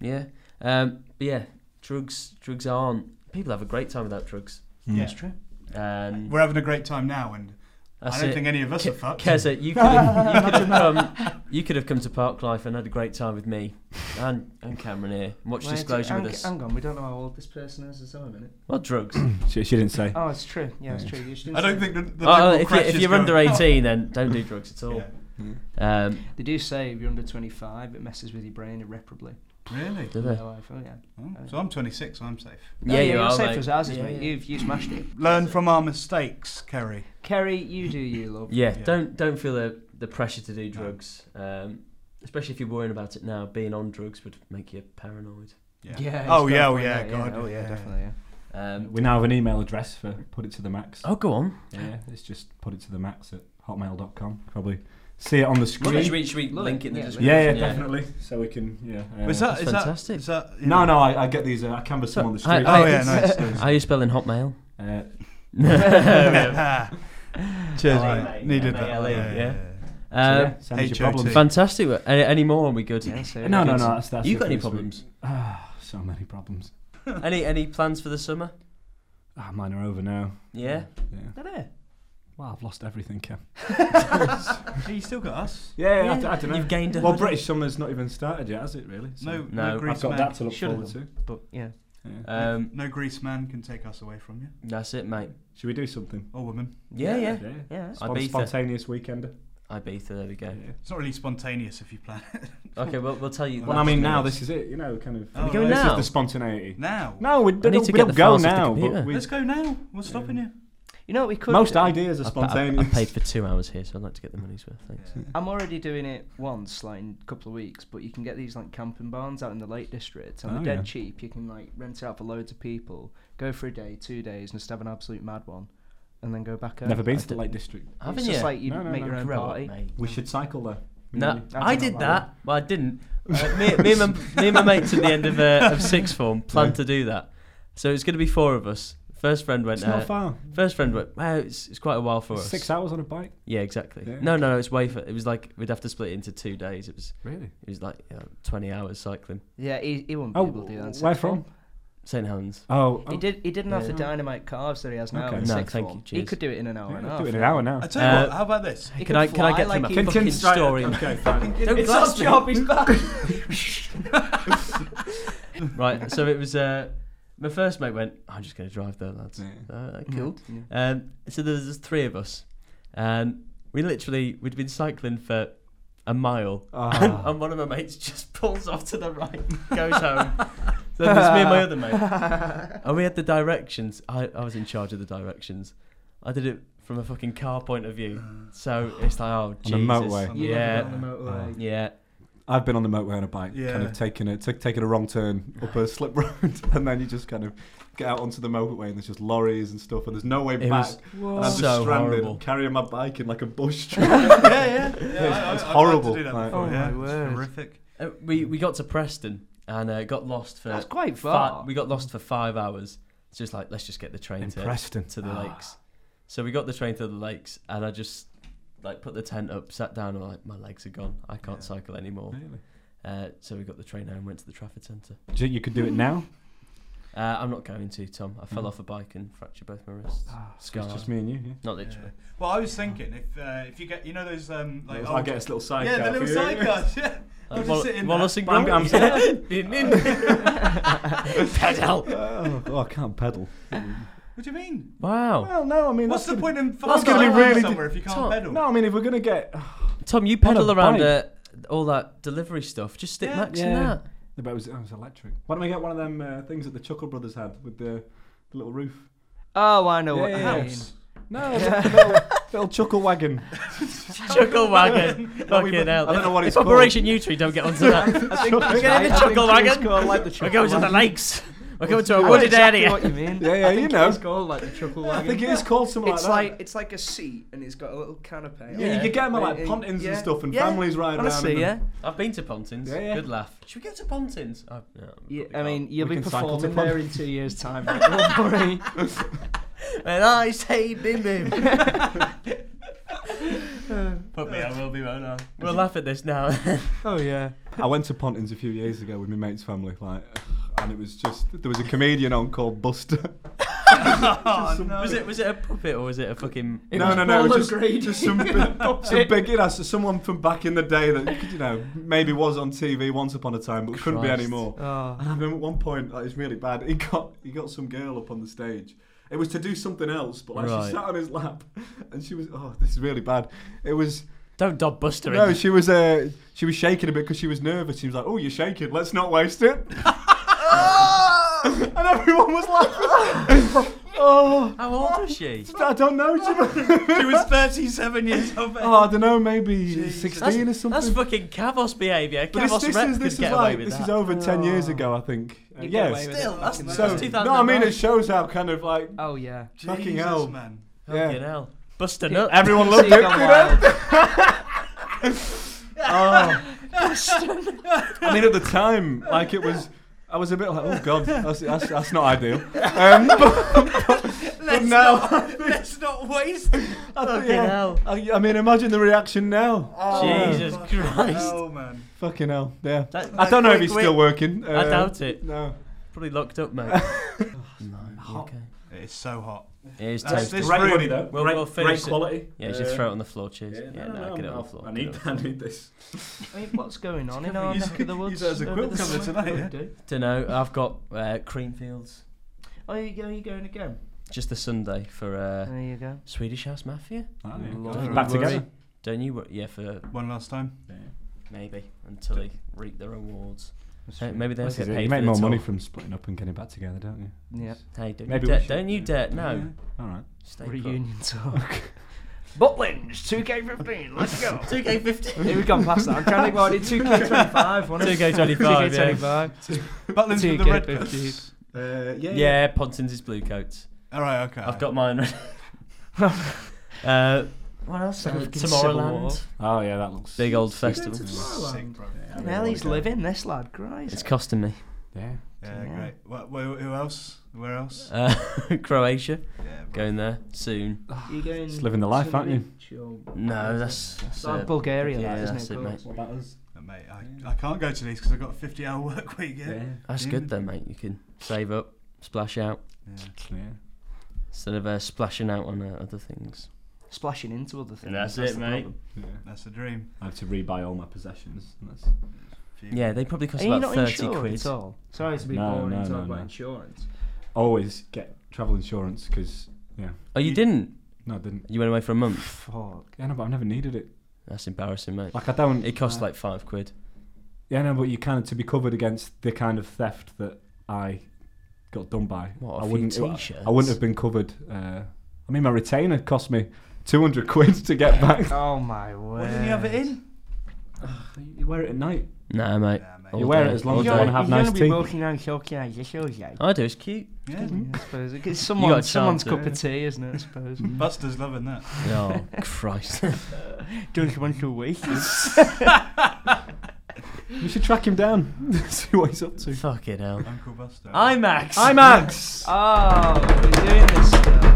[SPEAKER 1] Yeah. Um, but yeah, drugs drugs aren't. People have a great time without drugs.
[SPEAKER 3] Yeah.
[SPEAKER 2] Hmm.
[SPEAKER 4] That's true.
[SPEAKER 1] Um,
[SPEAKER 3] We're having a great time now, and
[SPEAKER 1] that's
[SPEAKER 3] I don't
[SPEAKER 1] it.
[SPEAKER 3] think any of us
[SPEAKER 1] Ke-
[SPEAKER 3] are fucked.
[SPEAKER 1] Keza, you could, have, you, could have come, you could have come to Park Life and had a great time with me and, and Cameron here. and Watched
[SPEAKER 4] Wait,
[SPEAKER 1] Disclosure
[SPEAKER 4] hang,
[SPEAKER 1] with us.
[SPEAKER 4] Hang on, we don't know how old this person is. Is that a minute?
[SPEAKER 1] Well, drugs.
[SPEAKER 2] She, she didn't say.
[SPEAKER 4] Oh, it's true. Yeah, it's
[SPEAKER 2] Yeah.
[SPEAKER 4] true. You should
[SPEAKER 3] I don't
[SPEAKER 4] say-
[SPEAKER 3] think the, the
[SPEAKER 1] Oh,
[SPEAKER 3] liberal
[SPEAKER 1] if, you,
[SPEAKER 3] crash
[SPEAKER 1] if
[SPEAKER 3] is
[SPEAKER 1] you're
[SPEAKER 3] going,
[SPEAKER 1] under
[SPEAKER 3] "Oh."
[SPEAKER 1] 18, then don't do drugs at all.
[SPEAKER 3] Yeah.
[SPEAKER 2] Mm.
[SPEAKER 1] Um,
[SPEAKER 4] they do say if you're under 25, it messes with your brain irreparably.
[SPEAKER 3] Really?
[SPEAKER 1] do
[SPEAKER 4] in
[SPEAKER 1] they?
[SPEAKER 4] real life. Oh yeah.
[SPEAKER 3] Oh, So I'm 26. I'm safe.
[SPEAKER 1] Yeah, you
[SPEAKER 4] Oh, you're
[SPEAKER 1] are,
[SPEAKER 4] safe
[SPEAKER 1] mate.
[SPEAKER 4] as ours, is,
[SPEAKER 1] Yeah,
[SPEAKER 4] mate.
[SPEAKER 1] yeah.
[SPEAKER 4] You've you smashed it.
[SPEAKER 3] Learn from our mistakes, Kerry.
[SPEAKER 4] Kerry, you do you love.
[SPEAKER 1] Yeah,
[SPEAKER 3] Yeah.
[SPEAKER 1] don't don't feel the, the pressure to do
[SPEAKER 3] No.
[SPEAKER 1] drugs. Um, especially if you're worrying about it now. Being on drugs would make you paranoid.
[SPEAKER 3] Yeah.
[SPEAKER 4] Yeah.
[SPEAKER 3] Oh
[SPEAKER 4] he's
[SPEAKER 3] yeah.
[SPEAKER 4] got a
[SPEAKER 3] Oh
[SPEAKER 4] point
[SPEAKER 3] yeah.
[SPEAKER 4] there,
[SPEAKER 3] God.
[SPEAKER 4] Oh yeah. Definitely. Yeah.
[SPEAKER 1] Um,
[SPEAKER 2] We now have an email address for Put It To The Max.
[SPEAKER 1] oh, go on.
[SPEAKER 2] Yeah, it's just Put It To The Max at hotmail.com. Probably see it on the
[SPEAKER 1] Should
[SPEAKER 2] screen.
[SPEAKER 1] we, should we- should we link it in the
[SPEAKER 4] Yeah,
[SPEAKER 1] description?
[SPEAKER 2] Yeah, yeah, definitely. So we can, yeah. uh,
[SPEAKER 3] Was that
[SPEAKER 1] That's
[SPEAKER 3] is that-
[SPEAKER 1] fantastic.
[SPEAKER 3] is that you
[SPEAKER 2] No,
[SPEAKER 3] know-
[SPEAKER 2] no, I, I get these. Uh, I canvass them on the street.
[SPEAKER 1] I- I-
[SPEAKER 3] Oh yeah. Nice.
[SPEAKER 1] How are you spelling Hotmail?
[SPEAKER 2] Uh,
[SPEAKER 1] Um,
[SPEAKER 3] Cheers.
[SPEAKER 1] L A,
[SPEAKER 3] mate. Needed that.
[SPEAKER 1] M A L E,
[SPEAKER 3] yeah.
[SPEAKER 1] yeah.
[SPEAKER 2] so
[SPEAKER 1] Um,
[SPEAKER 2] yeah, send us your
[SPEAKER 3] HOT.
[SPEAKER 2] problems.
[SPEAKER 1] fantastic. Any, any more? Are we good?
[SPEAKER 4] Yeah, so
[SPEAKER 2] No, no, no.
[SPEAKER 4] good.
[SPEAKER 2] That's, that's
[SPEAKER 1] you
[SPEAKER 2] it
[SPEAKER 1] got
[SPEAKER 2] for
[SPEAKER 1] any
[SPEAKER 2] this week.
[SPEAKER 1] problems?
[SPEAKER 2] Ah, so many problems.
[SPEAKER 1] any any plans for the summer?
[SPEAKER 2] Ah, mine are over now.
[SPEAKER 1] Yeah.
[SPEAKER 2] Yeah. Well, I've lost everything, Kev.
[SPEAKER 3] You still got us.
[SPEAKER 2] Yeah,
[SPEAKER 1] Yeah,
[SPEAKER 2] I, d- I don't know.
[SPEAKER 1] You've gained a
[SPEAKER 2] well,
[SPEAKER 1] hundred.
[SPEAKER 2] British summer's not even started yet, has it? Really? So
[SPEAKER 3] No.
[SPEAKER 1] No,
[SPEAKER 3] No.
[SPEAKER 1] I've
[SPEAKER 2] I've
[SPEAKER 3] Grease
[SPEAKER 2] got
[SPEAKER 3] man.
[SPEAKER 2] that to look
[SPEAKER 4] Should've
[SPEAKER 2] forward to.
[SPEAKER 4] But yeah.
[SPEAKER 2] Yeah.
[SPEAKER 1] Um,
[SPEAKER 3] no grease man can take us away from you
[SPEAKER 1] that's it, mate.
[SPEAKER 2] Should we do something?
[SPEAKER 3] or woman.
[SPEAKER 1] Yeah, yeah.
[SPEAKER 4] Yeah.
[SPEAKER 2] Spon-
[SPEAKER 1] Ibiza.
[SPEAKER 2] spontaneous weekender.
[SPEAKER 1] Ibiza, there we go.
[SPEAKER 2] Yeah.
[SPEAKER 3] It's not really spontaneous if you plan it
[SPEAKER 1] Okay, well, we'll tell you.
[SPEAKER 2] Well, I mean, now this is it. You know, kind of.
[SPEAKER 3] Are we
[SPEAKER 1] going
[SPEAKER 2] this
[SPEAKER 1] now?
[SPEAKER 2] is the spontaneity.
[SPEAKER 3] now.
[SPEAKER 2] No, we don't,
[SPEAKER 1] need to
[SPEAKER 2] we
[SPEAKER 1] get
[SPEAKER 2] don't
[SPEAKER 1] the
[SPEAKER 2] go
[SPEAKER 1] files off the
[SPEAKER 2] now. But
[SPEAKER 1] computer.
[SPEAKER 2] we,
[SPEAKER 3] Let's go now. What's stopping you?
[SPEAKER 4] You know what we could.
[SPEAKER 2] most ideas are
[SPEAKER 1] I've, pa- I've-
[SPEAKER 2] spontaneous.
[SPEAKER 1] I've paid for two hours here, so I'd like to get the money's worth. Thanks.
[SPEAKER 4] I'm already doing it once, like in a couple of weeks. But you can get these like camping barns out in the Lake District, and
[SPEAKER 2] Oh,
[SPEAKER 4] they're dead
[SPEAKER 2] yeah.
[SPEAKER 4] cheap. You can like rent it out for loads of people. Go for a day, two days, and just have an absolute mad one, and then go back home.
[SPEAKER 2] Never been
[SPEAKER 1] I
[SPEAKER 2] to the
[SPEAKER 1] did-
[SPEAKER 2] Lake District.
[SPEAKER 1] Haven't
[SPEAKER 4] it's
[SPEAKER 1] you?
[SPEAKER 4] just like you
[SPEAKER 2] No, no,
[SPEAKER 4] make
[SPEAKER 2] no.
[SPEAKER 4] your own
[SPEAKER 1] Grow up,
[SPEAKER 4] party.
[SPEAKER 1] mate.
[SPEAKER 2] We should cycle there. Me
[SPEAKER 1] No,
[SPEAKER 2] and you.
[SPEAKER 1] I
[SPEAKER 4] I don't
[SPEAKER 1] did
[SPEAKER 4] know
[SPEAKER 1] that. Well, I didn't. Uh, me, me, and my, me and my mates at the end of, uh, of sixth form planned to do that. So it's going to be four of us. First friend went.
[SPEAKER 2] It's
[SPEAKER 1] uh,
[SPEAKER 2] not far.
[SPEAKER 1] First friend went. Well, it's, it's quite a while for us.
[SPEAKER 2] Six hours on a bike.
[SPEAKER 1] Yeah, exactly.
[SPEAKER 2] Yeah.
[SPEAKER 1] No, no, no. It's way for. It was like we'd have to split it into two days. It was.
[SPEAKER 2] Really?
[SPEAKER 1] It was like you know, twenty hours cycling.
[SPEAKER 4] Yeah, he, he won't be
[SPEAKER 2] Oh,
[SPEAKER 4] able to do that. in
[SPEAKER 2] where
[SPEAKER 4] sixth form.
[SPEAKER 2] from?
[SPEAKER 1] St Helens.
[SPEAKER 2] Oh, oh
[SPEAKER 4] He did. He didn't have
[SPEAKER 1] Yeah.
[SPEAKER 4] the dynamite calves that he has now.
[SPEAKER 2] Okay.
[SPEAKER 4] In
[SPEAKER 1] No,
[SPEAKER 4] sixth
[SPEAKER 1] thank
[SPEAKER 4] form.
[SPEAKER 1] you,
[SPEAKER 4] He
[SPEAKER 1] cheers.
[SPEAKER 4] could do it in an hour and a
[SPEAKER 2] yeah,
[SPEAKER 4] half.
[SPEAKER 2] do it in an hour now.
[SPEAKER 3] I tell you
[SPEAKER 1] Uh,
[SPEAKER 3] what. How about this?
[SPEAKER 1] Can,
[SPEAKER 4] could
[SPEAKER 1] I can I
[SPEAKER 4] fly
[SPEAKER 1] get
[SPEAKER 4] like
[SPEAKER 1] them a
[SPEAKER 4] he-
[SPEAKER 2] Can-
[SPEAKER 1] fucking
[SPEAKER 2] can-
[SPEAKER 1] story? man?
[SPEAKER 2] Okay, fine.
[SPEAKER 1] Don't
[SPEAKER 4] It's
[SPEAKER 1] glass
[SPEAKER 4] our
[SPEAKER 1] me.
[SPEAKER 4] job. He's back.
[SPEAKER 1] Right. So it was. Uh, my first mate went. I'm just going to drive there, lads.
[SPEAKER 2] Yeah.
[SPEAKER 1] Uh, cool.
[SPEAKER 4] Yeah.
[SPEAKER 1] Um, so there was just three of us, and we literally we'd been cycling for a mile, and,
[SPEAKER 2] Ah.
[SPEAKER 1] and one of my mates just pulls off to the right, goes home. so there's me and my other mate, and we had the directions. I, I was in charge of the directions. I did it from a fucking car point of view, so it's like oh
[SPEAKER 2] the
[SPEAKER 1] Jesus,
[SPEAKER 2] motorway.
[SPEAKER 1] yeah,
[SPEAKER 4] On the motorway.
[SPEAKER 1] yeah.
[SPEAKER 2] I've been on the motorway on a bike, kind
[SPEAKER 3] Yeah.
[SPEAKER 2] of taking a t- taking a wrong turn up a slip road, and then you just kind of get out onto the motorway, and there's just lorries and stuff, and there's no way
[SPEAKER 1] It
[SPEAKER 2] back.
[SPEAKER 1] was
[SPEAKER 2] and I'm just
[SPEAKER 1] so
[SPEAKER 2] stranded,
[SPEAKER 1] horrible.
[SPEAKER 2] carrying my bike in like a bush.
[SPEAKER 3] yeah, yeah. yeah
[SPEAKER 2] It's
[SPEAKER 3] I- I- I've had to
[SPEAKER 2] horrible.
[SPEAKER 3] do that
[SPEAKER 2] Like-
[SPEAKER 3] before,
[SPEAKER 4] Oh,
[SPEAKER 3] yeah.
[SPEAKER 4] my word.
[SPEAKER 3] It's horrific.
[SPEAKER 1] Uh, we we got to Preston and uh, got lost for
[SPEAKER 4] That's quite
[SPEAKER 1] fi-
[SPEAKER 4] far.
[SPEAKER 1] we got lost for five hours. It's just like let's just get the train
[SPEAKER 2] in
[SPEAKER 1] to
[SPEAKER 2] Preston. Ah,
[SPEAKER 1] to the lakes. So we got the train to the lakes, and I just like put the tent up, sat down, and like my legs are gone. I can't
[SPEAKER 3] Yeah.
[SPEAKER 1] cycle anymore.
[SPEAKER 2] Really?
[SPEAKER 1] Uh, so we got the train home, went to the Trafford Centre.
[SPEAKER 2] Do you, you could do it now.
[SPEAKER 1] Uh, I'm not going to Tom. I fell
[SPEAKER 2] Mm.
[SPEAKER 1] off a bike and fractured both my wrists. Scar.
[SPEAKER 2] Ah, It's just me and you. Yeah.
[SPEAKER 1] Not literally.
[SPEAKER 3] Yeah. Well, I was thinking if uh, if you get you know those um like
[SPEAKER 2] I'll
[SPEAKER 3] old-
[SPEAKER 2] get a little side.
[SPEAKER 3] yeah the little side cards yeah. I'm just
[SPEAKER 1] Wal-
[SPEAKER 3] sitting there.
[SPEAKER 1] Wallace and
[SPEAKER 2] But I'm-
[SPEAKER 1] Gromit.
[SPEAKER 2] I'm
[SPEAKER 1] Pedal.
[SPEAKER 2] Oh, oh, I can't pedal.
[SPEAKER 3] What do you mean?
[SPEAKER 1] Wow.
[SPEAKER 2] Well, no, I mean
[SPEAKER 3] What's
[SPEAKER 2] that's
[SPEAKER 3] the
[SPEAKER 2] gonna-
[SPEAKER 3] point in
[SPEAKER 2] that's gonna
[SPEAKER 3] fucking
[SPEAKER 2] be really
[SPEAKER 3] somewhere if you can't
[SPEAKER 1] Tom,
[SPEAKER 3] pedal?
[SPEAKER 2] No, I mean if we're gonna get,
[SPEAKER 1] Tom, you
[SPEAKER 2] On a
[SPEAKER 1] pedal around
[SPEAKER 2] bike.
[SPEAKER 1] uh, all that delivery stuff. Just stick
[SPEAKER 3] Yeah,
[SPEAKER 1] Max in
[SPEAKER 2] yeah.
[SPEAKER 1] that.
[SPEAKER 2] the boat was, oh, it was electric. Why don't we get one of them uh, things that the Chuckle Brothers had with the, the little roof?
[SPEAKER 4] Oh, I know what
[SPEAKER 2] Yeah,
[SPEAKER 4] you
[SPEAKER 2] yeah, yeah.
[SPEAKER 4] mean.
[SPEAKER 2] No, the little, little chuckle wagon.
[SPEAKER 1] Chuckle wagon. Fucking hell.
[SPEAKER 2] I don't know what
[SPEAKER 1] If
[SPEAKER 2] it's called.
[SPEAKER 1] Operation U Tree don't get onto that. We're going to the chuckle wagon. We're going to the lakes. We're going to a
[SPEAKER 4] I know
[SPEAKER 1] wooded
[SPEAKER 4] exactly
[SPEAKER 1] area.
[SPEAKER 4] What you mean?
[SPEAKER 2] Yeah, yeah,
[SPEAKER 4] I think
[SPEAKER 2] you
[SPEAKER 4] it
[SPEAKER 2] know.
[SPEAKER 4] is called like the chuckle
[SPEAKER 2] I
[SPEAKER 4] wagon.
[SPEAKER 2] think it is called something
[SPEAKER 4] It's
[SPEAKER 2] like
[SPEAKER 4] like
[SPEAKER 2] that.
[SPEAKER 4] it's like a seat, and it's got a little canopy.
[SPEAKER 2] yeah, you could get them at like
[SPEAKER 4] Yeah,
[SPEAKER 2] pontins and
[SPEAKER 4] yeah,
[SPEAKER 2] stuff, and
[SPEAKER 4] yeah.
[SPEAKER 2] families ride
[SPEAKER 4] Honestly, yeah.
[SPEAKER 2] around.
[SPEAKER 1] I've been to Pontins.
[SPEAKER 2] Yeah, yeah.
[SPEAKER 1] Good laugh. Should we go to Pontins? Oh, no,
[SPEAKER 4] Yeah,
[SPEAKER 1] probably
[SPEAKER 4] I mean,
[SPEAKER 1] can't.
[SPEAKER 4] you'll
[SPEAKER 2] We
[SPEAKER 4] be
[SPEAKER 2] can cycle to
[SPEAKER 4] performing
[SPEAKER 2] Plum.
[SPEAKER 4] there in two years' time. mate. Don't worry.
[SPEAKER 1] when I say bim bim. Put me, I will be, won't I? We'll laugh at this now.
[SPEAKER 4] Oh yeah.
[SPEAKER 2] I went to Pontins a few years ago with my mate's family, like, and it was just there was a comedian on called Buster.
[SPEAKER 3] Oh,
[SPEAKER 1] was it was it a puppet or was Oh, it a fucking?
[SPEAKER 4] It
[SPEAKER 2] no,
[SPEAKER 4] was
[SPEAKER 2] no, no, it
[SPEAKER 4] Paul
[SPEAKER 2] was
[SPEAKER 4] O'Grady.
[SPEAKER 2] just, just some, bi- some big, you know, so someone from back in the day that you know maybe was on TV once upon a time, but couldn't be
[SPEAKER 1] Christ.
[SPEAKER 2] anymore.
[SPEAKER 4] Oh.
[SPEAKER 2] And I remember at one point, like, it's really bad. He got he got some girl up on the stage. It was to do something else, but like
[SPEAKER 1] Right.
[SPEAKER 2] she sat on his lap, and she was oh, this is really bad. It was
[SPEAKER 1] Don't dob Buster.
[SPEAKER 2] no,
[SPEAKER 1] in.
[SPEAKER 2] she was uh, she was shaking a bit because she was nervous. She was like, oh, you're shaking. Let's not waste it. and everyone was laughing. Oh,
[SPEAKER 1] How old is she?
[SPEAKER 2] I don't know. do you know-
[SPEAKER 3] She was 37 years old.
[SPEAKER 2] Oh, I don't know. Maybe
[SPEAKER 3] Jeez.
[SPEAKER 2] 16 or something.
[SPEAKER 1] That's fucking Cavos behaviour.
[SPEAKER 2] but it's-
[SPEAKER 1] Cavos
[SPEAKER 2] this
[SPEAKER 1] Rep
[SPEAKER 2] is
[SPEAKER 1] could
[SPEAKER 2] this is
[SPEAKER 1] get away
[SPEAKER 2] like
[SPEAKER 1] with
[SPEAKER 2] this
[SPEAKER 1] that. Oh.
[SPEAKER 2] is over 10 years ago, I think. Uh,
[SPEAKER 4] You get away
[SPEAKER 2] yes.
[SPEAKER 4] with
[SPEAKER 1] Still,
[SPEAKER 4] it,
[SPEAKER 1] that's-
[SPEAKER 4] fucking
[SPEAKER 1] that's
[SPEAKER 2] So
[SPEAKER 4] hell.
[SPEAKER 1] It's
[SPEAKER 2] no, I mean
[SPEAKER 1] 2009.
[SPEAKER 2] it shows how kind of like
[SPEAKER 4] Oh yeah.
[SPEAKER 2] fucking hell.
[SPEAKER 3] man.
[SPEAKER 2] yeah.
[SPEAKER 1] Fucking hell. Buster
[SPEAKER 4] Pe-
[SPEAKER 1] Nut.
[SPEAKER 2] Everyone
[SPEAKER 4] See
[SPEAKER 2] loved it.
[SPEAKER 4] it gone wild.
[SPEAKER 2] Oh. I mean, at the time, like it was, I was a bit like, oh god, that's, that's, that's not ideal. Um, but,
[SPEAKER 3] Let's,
[SPEAKER 2] now-
[SPEAKER 3] not, let's not waste.
[SPEAKER 2] I thought,
[SPEAKER 1] Fucking
[SPEAKER 2] yeah.
[SPEAKER 1] hell.
[SPEAKER 2] I, I mean, imagine the reaction now.
[SPEAKER 1] Oh, Jesus
[SPEAKER 3] Oh, fucking
[SPEAKER 1] Christ.
[SPEAKER 3] Hell, man.
[SPEAKER 2] Fucking hell, yeah.
[SPEAKER 1] That-
[SPEAKER 2] I don't know if
[SPEAKER 1] quick,
[SPEAKER 2] he's still
[SPEAKER 1] quick.
[SPEAKER 2] working.
[SPEAKER 1] I
[SPEAKER 2] uh,
[SPEAKER 1] doubt it.
[SPEAKER 2] No.
[SPEAKER 1] Probably locked up, mate. no. Okay.
[SPEAKER 3] It's so hot.
[SPEAKER 1] Here's
[SPEAKER 3] That's
[SPEAKER 1] toasted.
[SPEAKER 3] this- Great room. money, though.
[SPEAKER 1] We'll- Great- we'll great finish it.
[SPEAKER 2] quality.
[SPEAKER 1] Yeah, just throw it on the floor, cheers. Yeah, no, get it on the floor.
[SPEAKER 2] I
[SPEAKER 1] get it
[SPEAKER 2] need,
[SPEAKER 1] on the
[SPEAKER 2] I need this.
[SPEAKER 4] I mean, what's going on in
[SPEAKER 1] gonna
[SPEAKER 4] our
[SPEAKER 1] be
[SPEAKER 4] neck of the
[SPEAKER 3] used-
[SPEAKER 4] woods?
[SPEAKER 3] used as a
[SPEAKER 4] over
[SPEAKER 3] quilt
[SPEAKER 4] the
[SPEAKER 3] cover
[SPEAKER 4] summer?
[SPEAKER 3] tonight,
[SPEAKER 4] Oh,
[SPEAKER 3] yeah.
[SPEAKER 4] do-
[SPEAKER 1] Don't know. I've got uh, Creamfields.
[SPEAKER 4] Oh, you go, you going again?
[SPEAKER 1] Just the Sunday for uh,
[SPEAKER 4] There you go.
[SPEAKER 1] Swedish House Mafia.
[SPEAKER 3] Don't
[SPEAKER 2] Back
[SPEAKER 1] worry.
[SPEAKER 2] together.
[SPEAKER 1] Don't you? Wor- yeah, for
[SPEAKER 3] One last time.
[SPEAKER 1] maybe until they reap their rewards.
[SPEAKER 3] That's
[SPEAKER 1] Hey,
[SPEAKER 3] true.
[SPEAKER 1] maybe they'll
[SPEAKER 2] This
[SPEAKER 1] get
[SPEAKER 2] is
[SPEAKER 1] paid.
[SPEAKER 2] it. You
[SPEAKER 1] for
[SPEAKER 2] make
[SPEAKER 1] the
[SPEAKER 2] more
[SPEAKER 1] tour.
[SPEAKER 2] money from splitting up and getting back together, don't you?
[SPEAKER 4] Yeah.
[SPEAKER 1] Hey, don't
[SPEAKER 2] Maybe
[SPEAKER 1] you
[SPEAKER 2] we
[SPEAKER 1] dare,
[SPEAKER 2] should.
[SPEAKER 1] don't you dare, no.
[SPEAKER 2] All right.
[SPEAKER 1] Stay
[SPEAKER 4] Reunion talk. Butlins, 2K15, let's go.
[SPEAKER 1] Two K fifty.
[SPEAKER 4] We've gone past that. I'm trying to think about it. 2K25, wasn't it?
[SPEAKER 1] 2K25, yeah.
[SPEAKER 4] 2K25.
[SPEAKER 3] Butlins with the
[SPEAKER 4] TK
[SPEAKER 3] red
[SPEAKER 4] 50.
[SPEAKER 3] coats.
[SPEAKER 2] Uh,
[SPEAKER 1] Yeah, Pontins is blue coats.
[SPEAKER 3] All right, okay.
[SPEAKER 1] I've got mine. uh,
[SPEAKER 4] What else?
[SPEAKER 1] uh,
[SPEAKER 4] Fucking Civil War.
[SPEAKER 1] Tomorrowland,
[SPEAKER 2] Oh yeah, that looks.
[SPEAKER 1] big old festival.
[SPEAKER 3] Sick, bro.
[SPEAKER 4] Fucking hell, he's living this lad, Christ.
[SPEAKER 1] It's costing me.
[SPEAKER 2] Yeah.
[SPEAKER 3] Yeah,
[SPEAKER 4] Yeah.
[SPEAKER 3] great. What, wh- who else? Where else?
[SPEAKER 1] Uh, Croatia,
[SPEAKER 3] yeah, bro.
[SPEAKER 1] going there soon.
[SPEAKER 4] you going
[SPEAKER 2] Just living the life, aren't you?
[SPEAKER 4] you?
[SPEAKER 1] No, that's, that's
[SPEAKER 4] Like
[SPEAKER 1] it.
[SPEAKER 4] Bulgaria,
[SPEAKER 1] yeah,
[SPEAKER 4] that, isn't
[SPEAKER 1] that's
[SPEAKER 4] it?
[SPEAKER 1] it, mate.
[SPEAKER 2] What about us?
[SPEAKER 3] Uh, Mate, I, I can't go to these because I've got a 50 hour work week. Yeah. yeah.
[SPEAKER 1] That's good then, mate. You can save up, splash out
[SPEAKER 2] Yeah.
[SPEAKER 1] instead of uh, splashing out on uh, other things.
[SPEAKER 4] Splashing into other things.
[SPEAKER 1] that's it,
[SPEAKER 4] the
[SPEAKER 1] mate.
[SPEAKER 4] problem.
[SPEAKER 2] yeah.
[SPEAKER 3] That's the dream.
[SPEAKER 2] I have to rebuy all my possessions. That's...
[SPEAKER 3] Phew.
[SPEAKER 1] Yeah, they probably
[SPEAKER 4] Are
[SPEAKER 1] cost
[SPEAKER 4] you
[SPEAKER 1] about
[SPEAKER 4] not
[SPEAKER 1] thirty
[SPEAKER 4] insured
[SPEAKER 1] quid.
[SPEAKER 4] at all? Sorry to be
[SPEAKER 2] No,
[SPEAKER 4] boring
[SPEAKER 2] no,
[SPEAKER 4] and talk
[SPEAKER 2] no,
[SPEAKER 4] about
[SPEAKER 2] no.
[SPEAKER 4] insurance.
[SPEAKER 2] Always get travel insurance because
[SPEAKER 1] Oh, you didn't?
[SPEAKER 2] no, I didn't.
[SPEAKER 1] You went away for a month.
[SPEAKER 4] Fuck.
[SPEAKER 2] Yeah, no, but I've never needed it.
[SPEAKER 1] That's embarrassing, mate.
[SPEAKER 2] Like I don't. uh,
[SPEAKER 1] It costs like five quid.
[SPEAKER 2] Yeah, no, but you kind of to be covered against the kind of theft that I got done by.
[SPEAKER 1] What, a
[SPEAKER 2] I
[SPEAKER 1] few
[SPEAKER 2] wouldn't.
[SPEAKER 1] t-shirts?
[SPEAKER 2] I wouldn't have been covered. Uh, I mean, my retainer cost me two hundred quid to get back.
[SPEAKER 4] Oh my word.
[SPEAKER 3] Why didn't you have it in?
[SPEAKER 2] you wear it at night.
[SPEAKER 1] Nah, mate.
[SPEAKER 3] Nah, mate.
[SPEAKER 1] All
[SPEAKER 2] You wear
[SPEAKER 1] day,
[SPEAKER 2] it as long
[SPEAKER 1] all
[SPEAKER 2] as you
[SPEAKER 1] day.
[SPEAKER 2] want to have
[SPEAKER 4] You're
[SPEAKER 2] nice
[SPEAKER 4] gonna
[SPEAKER 2] tea.
[SPEAKER 4] be walking around talking like this all day.
[SPEAKER 1] I do. It's cute.
[SPEAKER 3] Yeah.
[SPEAKER 1] Mm-hmm.
[SPEAKER 4] I suppose it- it's someone,
[SPEAKER 1] chance,
[SPEAKER 4] someone's
[SPEAKER 1] yeah.
[SPEAKER 4] cup of tea, isn't it? I suppose.
[SPEAKER 3] Buster's loving that.
[SPEAKER 1] Oh Christ!
[SPEAKER 4] Don't you want to wait?
[SPEAKER 2] You should track him down. See what he's up to.
[SPEAKER 1] Fucking hell!
[SPEAKER 3] Uncle Buster.
[SPEAKER 1] IMAX.
[SPEAKER 2] IMAX.
[SPEAKER 4] Oh, we're doing this stuff.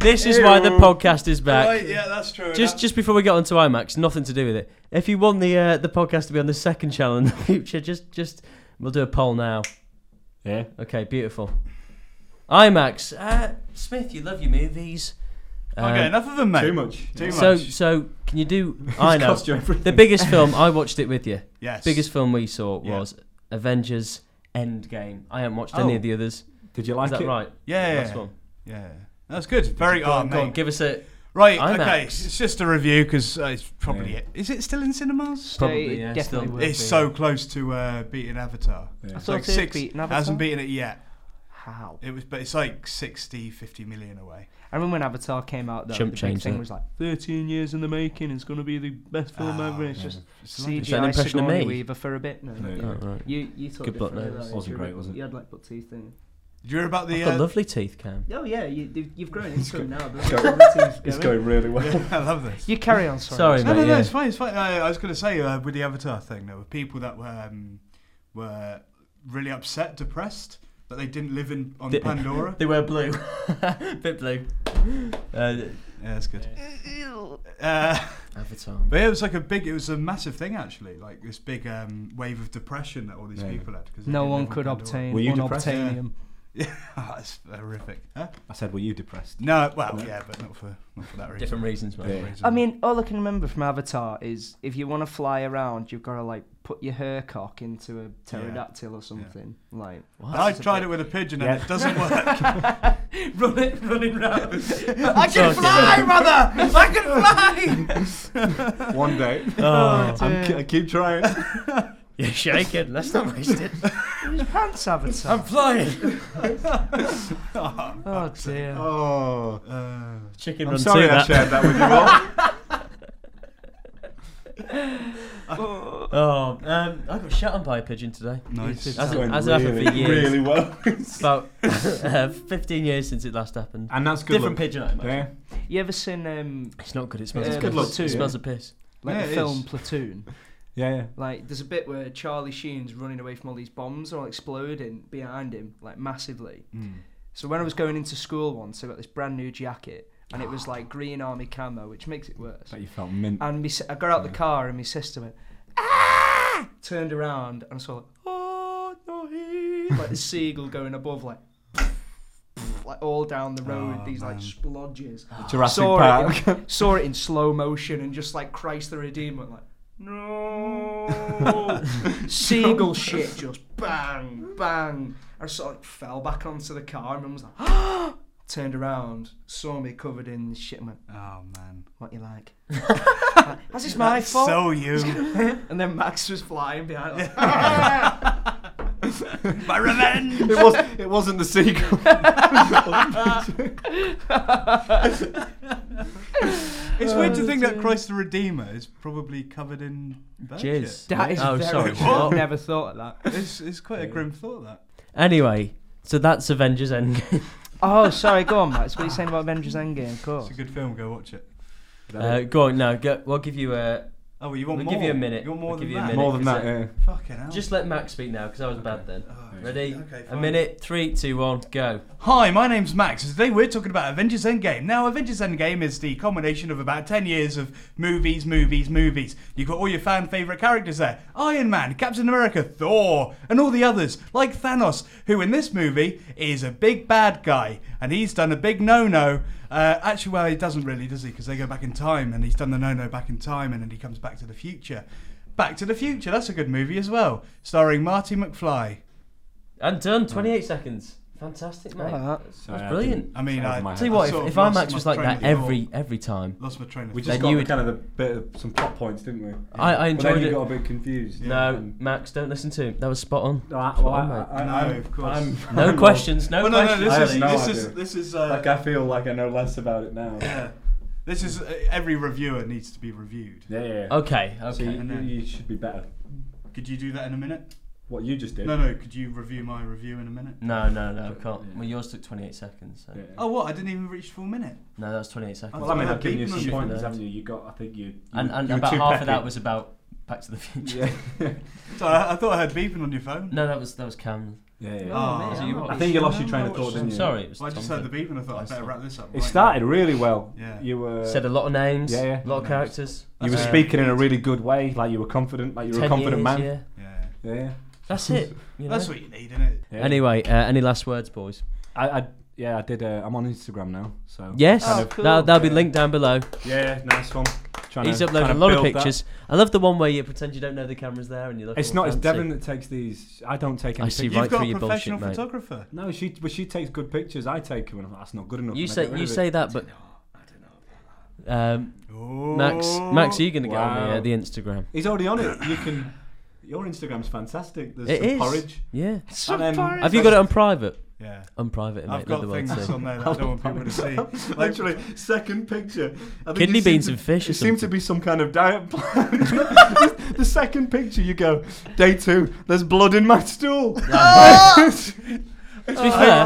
[SPEAKER 1] This is why the
[SPEAKER 2] Ew.
[SPEAKER 1] podcast is back.
[SPEAKER 3] Right, yeah, that's true.
[SPEAKER 1] Just, just before we get onto IMAX, nothing to do with it. If you want the uh, the podcast to be on the second channel in the future, just, just we'll do a poll now.
[SPEAKER 2] Yeah.
[SPEAKER 1] Okay, beautiful. IMAX. Uh, Smith, you love your movies.
[SPEAKER 3] okay,
[SPEAKER 1] Um,
[SPEAKER 3] enough of them, mate.
[SPEAKER 2] Too much.
[SPEAKER 3] Too much.
[SPEAKER 1] so, so can you do? I
[SPEAKER 2] It's
[SPEAKER 1] know
[SPEAKER 2] cost you everything.
[SPEAKER 1] the biggest film. I watched it with you.
[SPEAKER 3] Yes.
[SPEAKER 1] Biggest film we saw
[SPEAKER 3] Yeah.
[SPEAKER 1] was Avengers Endgame. I haven't watched any
[SPEAKER 3] Oh.
[SPEAKER 1] of the others.
[SPEAKER 2] Did you
[SPEAKER 1] Is
[SPEAKER 2] like
[SPEAKER 1] that
[SPEAKER 2] it?
[SPEAKER 1] right?
[SPEAKER 3] Yeah, yeah,
[SPEAKER 1] Last
[SPEAKER 3] yeah.
[SPEAKER 1] one.
[SPEAKER 3] yeah. That's good. Very
[SPEAKER 1] Go on,
[SPEAKER 3] hard,
[SPEAKER 1] go on,
[SPEAKER 3] mate.
[SPEAKER 1] give us a.
[SPEAKER 3] Right,
[SPEAKER 1] IMAX.
[SPEAKER 3] okay. It's just a review because uh, it's probably
[SPEAKER 2] Yeah.
[SPEAKER 3] it. Is it still in cinemas?
[SPEAKER 1] Probably,
[SPEAKER 4] They
[SPEAKER 1] yeah,
[SPEAKER 4] definitely
[SPEAKER 1] still-
[SPEAKER 4] will
[SPEAKER 3] It's
[SPEAKER 4] be.
[SPEAKER 3] so close to uh, beating Avatar.
[SPEAKER 2] Yeah.
[SPEAKER 4] I
[SPEAKER 3] It's
[SPEAKER 4] thought
[SPEAKER 3] like
[SPEAKER 4] it
[SPEAKER 3] six.
[SPEAKER 4] beat Avatar.
[SPEAKER 3] Hasn't beaten it yet.
[SPEAKER 4] How?
[SPEAKER 3] It was, but it's like 60, 50 million away.
[SPEAKER 4] I remember when Avatar came out, though.
[SPEAKER 1] Chump
[SPEAKER 4] the big
[SPEAKER 1] change
[SPEAKER 4] thing
[SPEAKER 1] that.
[SPEAKER 4] was like 13 years in the making. It's going to be the best film
[SPEAKER 3] Ah,
[SPEAKER 4] ever. It's
[SPEAKER 3] yeah.
[SPEAKER 4] just
[SPEAKER 3] It's like-
[SPEAKER 1] Is that an
[SPEAKER 4] CGI
[SPEAKER 1] impression of
[SPEAKER 4] Sigourney
[SPEAKER 1] me?
[SPEAKER 4] Weaver for a bit. No,
[SPEAKER 2] Yeah.
[SPEAKER 1] Oh, right.
[SPEAKER 4] You you thought
[SPEAKER 1] Good butt
[SPEAKER 4] differently,
[SPEAKER 1] nose.
[SPEAKER 4] though,
[SPEAKER 2] Wasn't
[SPEAKER 4] you
[SPEAKER 2] great,
[SPEAKER 4] remember-
[SPEAKER 2] was it?
[SPEAKER 4] You had like butt teeth thing.
[SPEAKER 3] Did you hear about the?
[SPEAKER 1] I've got
[SPEAKER 3] uh,
[SPEAKER 1] lovely teeth, Cam.
[SPEAKER 4] Oh yeah, you, you've- you've grown into it now.
[SPEAKER 2] go- It's going really well.
[SPEAKER 3] yeah, uh, I love this.
[SPEAKER 4] You carry on, sorry.
[SPEAKER 1] Sorry,
[SPEAKER 3] No,
[SPEAKER 1] mate,
[SPEAKER 3] no, no,
[SPEAKER 1] yeah.
[SPEAKER 3] it's fine, it's fine. I, I was going to say uh, with the Avatar thing, there were people that were um, were really upset, depressed that they didn't live in on
[SPEAKER 1] Di-
[SPEAKER 3] Pandora.
[SPEAKER 1] They were blue. Bit blue. Uh,
[SPEAKER 3] yeah, that's good. Uh,
[SPEAKER 1] Avatar.
[SPEAKER 3] but it was like a big, it was a massive thing actually, like this big um, wave of depression that all these
[SPEAKER 2] Yeah.
[SPEAKER 3] people had. 'cause they
[SPEAKER 4] No
[SPEAKER 3] didn't
[SPEAKER 4] one
[SPEAKER 3] live on
[SPEAKER 4] could
[SPEAKER 3] Pandora.
[SPEAKER 4] obtain
[SPEAKER 2] Were you depressed?
[SPEAKER 4] unobtainium.
[SPEAKER 3] that's horrific. Huh?
[SPEAKER 2] I said, were you depressed?
[SPEAKER 3] No, well, yeah, but not for not for that reason.
[SPEAKER 1] Different reasons, mate.
[SPEAKER 2] Yeah.
[SPEAKER 3] reason.
[SPEAKER 4] I mean, all I can remember from Avatar is if you want to fly around, you've got to like put your haircock into a pterodactyl or something. Like
[SPEAKER 3] And I tried it with a pigeon and
[SPEAKER 2] Yeah.
[SPEAKER 3] it doesn't work.
[SPEAKER 1] Run it, running round.
[SPEAKER 4] I can fly, mother. I can fly.
[SPEAKER 2] One day.
[SPEAKER 1] Oh,
[SPEAKER 2] I'm, I keep trying.
[SPEAKER 1] You're shaking. Let's not waste it.
[SPEAKER 4] His pants have a
[SPEAKER 1] I'm
[SPEAKER 4] tap.
[SPEAKER 1] flying.
[SPEAKER 4] Oh dear.
[SPEAKER 3] Oh, uh,
[SPEAKER 1] Chicken
[SPEAKER 3] I'm
[SPEAKER 1] run
[SPEAKER 3] sorry
[SPEAKER 1] two.
[SPEAKER 3] I
[SPEAKER 1] That.
[SPEAKER 3] shared that with you. All.
[SPEAKER 1] Oh, um, I got shot on by a pigeon today.
[SPEAKER 3] nice.
[SPEAKER 1] That's
[SPEAKER 2] That
[SPEAKER 1] it.
[SPEAKER 2] went
[SPEAKER 1] as I have for years.
[SPEAKER 2] really well.
[SPEAKER 1] It's about uh, 15 years since it last happened.
[SPEAKER 2] and that's good
[SPEAKER 1] Different
[SPEAKER 2] luck.
[SPEAKER 1] pigeon, I imagine.
[SPEAKER 2] Yeah.
[SPEAKER 4] You ever seen um
[SPEAKER 1] It's not good. It smells.
[SPEAKER 4] Yeah,
[SPEAKER 1] of
[SPEAKER 4] good
[SPEAKER 1] piss.
[SPEAKER 4] luck too,
[SPEAKER 1] It
[SPEAKER 4] yeah.
[SPEAKER 1] smells of piss.
[SPEAKER 4] like
[SPEAKER 3] Yeah,
[SPEAKER 4] the
[SPEAKER 3] it
[SPEAKER 4] film
[SPEAKER 3] is.
[SPEAKER 4] Platoon?
[SPEAKER 2] Yeah, yeah.
[SPEAKER 4] Like, there's a bit where Charlie Sheen's running away from all these bombs all exploding behind him, like massively.
[SPEAKER 2] Hmm.
[SPEAKER 4] So when I was going into school once, I got this brand new jacket, and it was like green army camo, which makes it worse.
[SPEAKER 2] That you felt mint.
[SPEAKER 4] And me, si- I got out the car, and my sister went, ah! Turned around, and I saw like, oh no, he like the seagull going above, like, like all down the road,
[SPEAKER 3] Oh,
[SPEAKER 4] these like
[SPEAKER 3] man. Oh,
[SPEAKER 4] splodges.
[SPEAKER 2] Jurassic
[SPEAKER 4] saw
[SPEAKER 2] Park.
[SPEAKER 4] It, saw it in slow motion and just like Christ the Redeemer, like no seagull shit, just bang, bang. I sort of fell back onto the car. and Mum was like, turned around, saw me covered in shit, and went,
[SPEAKER 3] Oh man.
[SPEAKER 4] "What you like?" Like, That's just my
[SPEAKER 3] That's
[SPEAKER 4] fault.
[SPEAKER 3] So you.
[SPEAKER 4] and then Max was flying behind. Like,
[SPEAKER 3] My revenge.
[SPEAKER 2] it was. It wasn't the sequel.
[SPEAKER 3] It's weird to think
[SPEAKER 1] Oh,
[SPEAKER 3] that Christ the Redeemer is probably covered in bird
[SPEAKER 1] Cheers.
[SPEAKER 3] shit.
[SPEAKER 4] that is
[SPEAKER 1] oh,
[SPEAKER 4] very.
[SPEAKER 1] sorry.
[SPEAKER 4] I've
[SPEAKER 1] Well,
[SPEAKER 4] never thought of that.
[SPEAKER 3] It's, it's quite a grim thought that.
[SPEAKER 1] anyway, so that's Avengers Endgame.
[SPEAKER 4] Oh, sorry. Go on, Max. What are you saying about Avengers Endgame? Of course.
[SPEAKER 3] It's a good film. Go watch it.
[SPEAKER 1] Uh, go on now. Go, we'll give you uh, a.
[SPEAKER 3] Oh, well, you want
[SPEAKER 1] We'll
[SPEAKER 3] more?
[SPEAKER 1] give you a minute.
[SPEAKER 3] You want more
[SPEAKER 1] We'll
[SPEAKER 3] than
[SPEAKER 1] give you a
[SPEAKER 3] that?
[SPEAKER 1] minute.
[SPEAKER 2] More than
[SPEAKER 1] Uh, Is
[SPEAKER 2] that.
[SPEAKER 1] it-
[SPEAKER 2] Yeah.
[SPEAKER 3] Fucking hell.
[SPEAKER 1] Just let Max speak now because I was bad then.
[SPEAKER 3] Oh,
[SPEAKER 1] Ready?
[SPEAKER 3] okay,
[SPEAKER 1] a
[SPEAKER 3] fine.
[SPEAKER 1] minute. Three, two, one, go.
[SPEAKER 3] Hi, my name's Max. and Today we're talking about Avengers Endgame. Now, Avengers Endgame is the culmination of about 10 years of movies, movies, movies. You've got all your fan favourite characters there Iron Man, Captain America, Thor, and all the others, like Thanos, who in this movie is a big bad guy. And he's done a big no no. Uh, actually, well, he doesn't really, does he? Because they go back in time, and he's done the no no back in time, and then he comes back to the future. Back to the Future, that's a good movie as well, starring Marty McFly.
[SPEAKER 1] And done. 28 seconds. Fantastic, mate.
[SPEAKER 4] Uh,
[SPEAKER 2] Sorry, I
[SPEAKER 1] brilliant.
[SPEAKER 2] didn't-
[SPEAKER 3] I mean,
[SPEAKER 2] sorry
[SPEAKER 3] I-
[SPEAKER 2] for my
[SPEAKER 3] Tell
[SPEAKER 1] Tell you
[SPEAKER 2] head.
[SPEAKER 1] what,
[SPEAKER 3] sort
[SPEAKER 1] if,
[SPEAKER 3] of
[SPEAKER 1] if our
[SPEAKER 3] lost
[SPEAKER 1] match
[SPEAKER 3] my
[SPEAKER 1] was like
[SPEAKER 3] train
[SPEAKER 1] that
[SPEAKER 3] of thought.
[SPEAKER 1] every every time,
[SPEAKER 3] Lost my train of
[SPEAKER 2] We
[SPEAKER 3] thought.
[SPEAKER 2] just
[SPEAKER 1] Then
[SPEAKER 2] got
[SPEAKER 1] you
[SPEAKER 2] the
[SPEAKER 1] would-
[SPEAKER 2] kind of the bit of some plot points, didn't we?
[SPEAKER 1] I, I
[SPEAKER 2] But then
[SPEAKER 1] enjoyed
[SPEAKER 2] you
[SPEAKER 1] it.
[SPEAKER 2] got a bit confused.
[SPEAKER 1] No, Max, don't listen to him. That was spot on.
[SPEAKER 2] No, I,
[SPEAKER 1] Spot
[SPEAKER 2] well,
[SPEAKER 1] on,
[SPEAKER 2] I,
[SPEAKER 1] mate.
[SPEAKER 2] I,
[SPEAKER 3] No,
[SPEAKER 2] I'm-
[SPEAKER 3] of course.
[SPEAKER 2] I'm-
[SPEAKER 1] No
[SPEAKER 2] I'm-
[SPEAKER 1] questions. No
[SPEAKER 3] Well, Oh, no, no,
[SPEAKER 1] questions.
[SPEAKER 3] this
[SPEAKER 2] I have
[SPEAKER 3] is
[SPEAKER 2] no
[SPEAKER 3] this
[SPEAKER 2] idea.
[SPEAKER 3] is this is uh,
[SPEAKER 2] Like I feel like I know less about it now. Yeah,
[SPEAKER 3] yeah. this is uh, every reviewer needs to be reviewed.
[SPEAKER 2] yeah. yeah.
[SPEAKER 1] Okay.
[SPEAKER 2] So
[SPEAKER 1] Okay.
[SPEAKER 2] you, you, you should be better.
[SPEAKER 3] Could you do that in a minute?
[SPEAKER 2] What you just did.
[SPEAKER 3] No, no. Could you review my review in a minute?
[SPEAKER 1] No, no, no. I can't.
[SPEAKER 2] Yeah.
[SPEAKER 1] Well, yours took 28 seconds. So.
[SPEAKER 2] Yeah.
[SPEAKER 3] Oh, what? I didn't even reach full minute.
[SPEAKER 1] No, that was 28 seconds.
[SPEAKER 2] Well, I mean, I've given you
[SPEAKER 3] Beeping on
[SPEAKER 2] some
[SPEAKER 1] your
[SPEAKER 2] pointers,
[SPEAKER 1] phone.
[SPEAKER 2] haven't you? You got, I think you. you
[SPEAKER 1] and and
[SPEAKER 2] you were
[SPEAKER 1] about
[SPEAKER 2] too
[SPEAKER 1] half of
[SPEAKER 2] peppy.
[SPEAKER 1] that was about Back to the Future.
[SPEAKER 2] Yeah,
[SPEAKER 3] So I, I thought I heard beeping on your phone.
[SPEAKER 1] No, that was that was Cam.
[SPEAKER 2] yeah, yeah.
[SPEAKER 3] Oh.
[SPEAKER 1] So you watched-
[SPEAKER 2] I think you lost your train of thought, didn't
[SPEAKER 1] I'm
[SPEAKER 2] you?
[SPEAKER 1] sorry. It was
[SPEAKER 3] Well, I just
[SPEAKER 1] Tom.
[SPEAKER 3] heard the beeping. I thought
[SPEAKER 1] I
[SPEAKER 3] I would better
[SPEAKER 1] saw-
[SPEAKER 3] wrap this up.
[SPEAKER 2] It
[SPEAKER 3] right
[SPEAKER 2] started really well.
[SPEAKER 3] Yeah.
[SPEAKER 2] You were
[SPEAKER 1] Said a lot of names.
[SPEAKER 2] Yeah, yeah.
[SPEAKER 1] A lot of characters.
[SPEAKER 2] you were
[SPEAKER 1] Uh,
[SPEAKER 2] speaking in a really good way, like you were confident, like you were a
[SPEAKER 1] 10
[SPEAKER 2] confident
[SPEAKER 1] years,
[SPEAKER 2] man.
[SPEAKER 1] Yeah.
[SPEAKER 3] now. Yeah.
[SPEAKER 2] Yeah. yeah.
[SPEAKER 1] That's it. you
[SPEAKER 3] That's
[SPEAKER 1] know?
[SPEAKER 3] what you need, isn't it?
[SPEAKER 2] yeah.
[SPEAKER 1] Anyway, uh, any last words, boys?
[SPEAKER 2] I, I yeah, I did. Uh, I'm on Instagram now, so
[SPEAKER 1] Yes,
[SPEAKER 4] Oh, cool.
[SPEAKER 1] that'll, that'll be
[SPEAKER 2] Yeah.
[SPEAKER 1] linked down below.
[SPEAKER 2] yeah, yeah, nice one. Trying
[SPEAKER 1] He's
[SPEAKER 2] to,
[SPEAKER 1] uploaded a
[SPEAKER 2] trying to
[SPEAKER 1] lot of
[SPEAKER 2] build that.
[SPEAKER 1] pictures. I love the one where you pretend you don't know the camera's there and you look.
[SPEAKER 2] It's
[SPEAKER 1] all
[SPEAKER 2] not. It's
[SPEAKER 1] fancy.
[SPEAKER 2] Devon that takes these. I don't take
[SPEAKER 1] I
[SPEAKER 2] any.
[SPEAKER 1] see
[SPEAKER 2] pictures.
[SPEAKER 1] right
[SPEAKER 3] You've got
[SPEAKER 1] through
[SPEAKER 3] a
[SPEAKER 1] your
[SPEAKER 3] professional
[SPEAKER 1] bullshit, mate.
[SPEAKER 3] photographer.
[SPEAKER 2] No, she but she takes good pictures. I take them, and I'm like, that's not good enough.
[SPEAKER 1] You
[SPEAKER 2] and I
[SPEAKER 1] say
[SPEAKER 2] get rid
[SPEAKER 1] you
[SPEAKER 2] of it.
[SPEAKER 1] say that, but um,
[SPEAKER 3] Oh.
[SPEAKER 1] Max, Max, are you going to get
[SPEAKER 2] Wow.
[SPEAKER 1] on the, uh, the Instagram?
[SPEAKER 2] he's already on it. You can. Your Instagram's fantastic. There's
[SPEAKER 1] It
[SPEAKER 2] some
[SPEAKER 1] is.
[SPEAKER 2] porridge.
[SPEAKER 1] Yeah.
[SPEAKER 4] Some
[SPEAKER 2] then-
[SPEAKER 4] porridge.
[SPEAKER 1] Have you got it on private?
[SPEAKER 3] Yeah.
[SPEAKER 1] On private, mate.
[SPEAKER 3] I've got
[SPEAKER 1] Another one.
[SPEAKER 3] things
[SPEAKER 1] So.
[SPEAKER 3] on there that I don't want people to see. Like,
[SPEAKER 2] Literally, second picture. I think
[SPEAKER 1] Kidney
[SPEAKER 2] it seemed
[SPEAKER 1] beans
[SPEAKER 2] to-
[SPEAKER 1] and fish or
[SPEAKER 2] It seemed to
[SPEAKER 1] something.
[SPEAKER 2] be some kind of diet plan. the second picture, you go, day two, there's blood in my stool.
[SPEAKER 1] To be fair,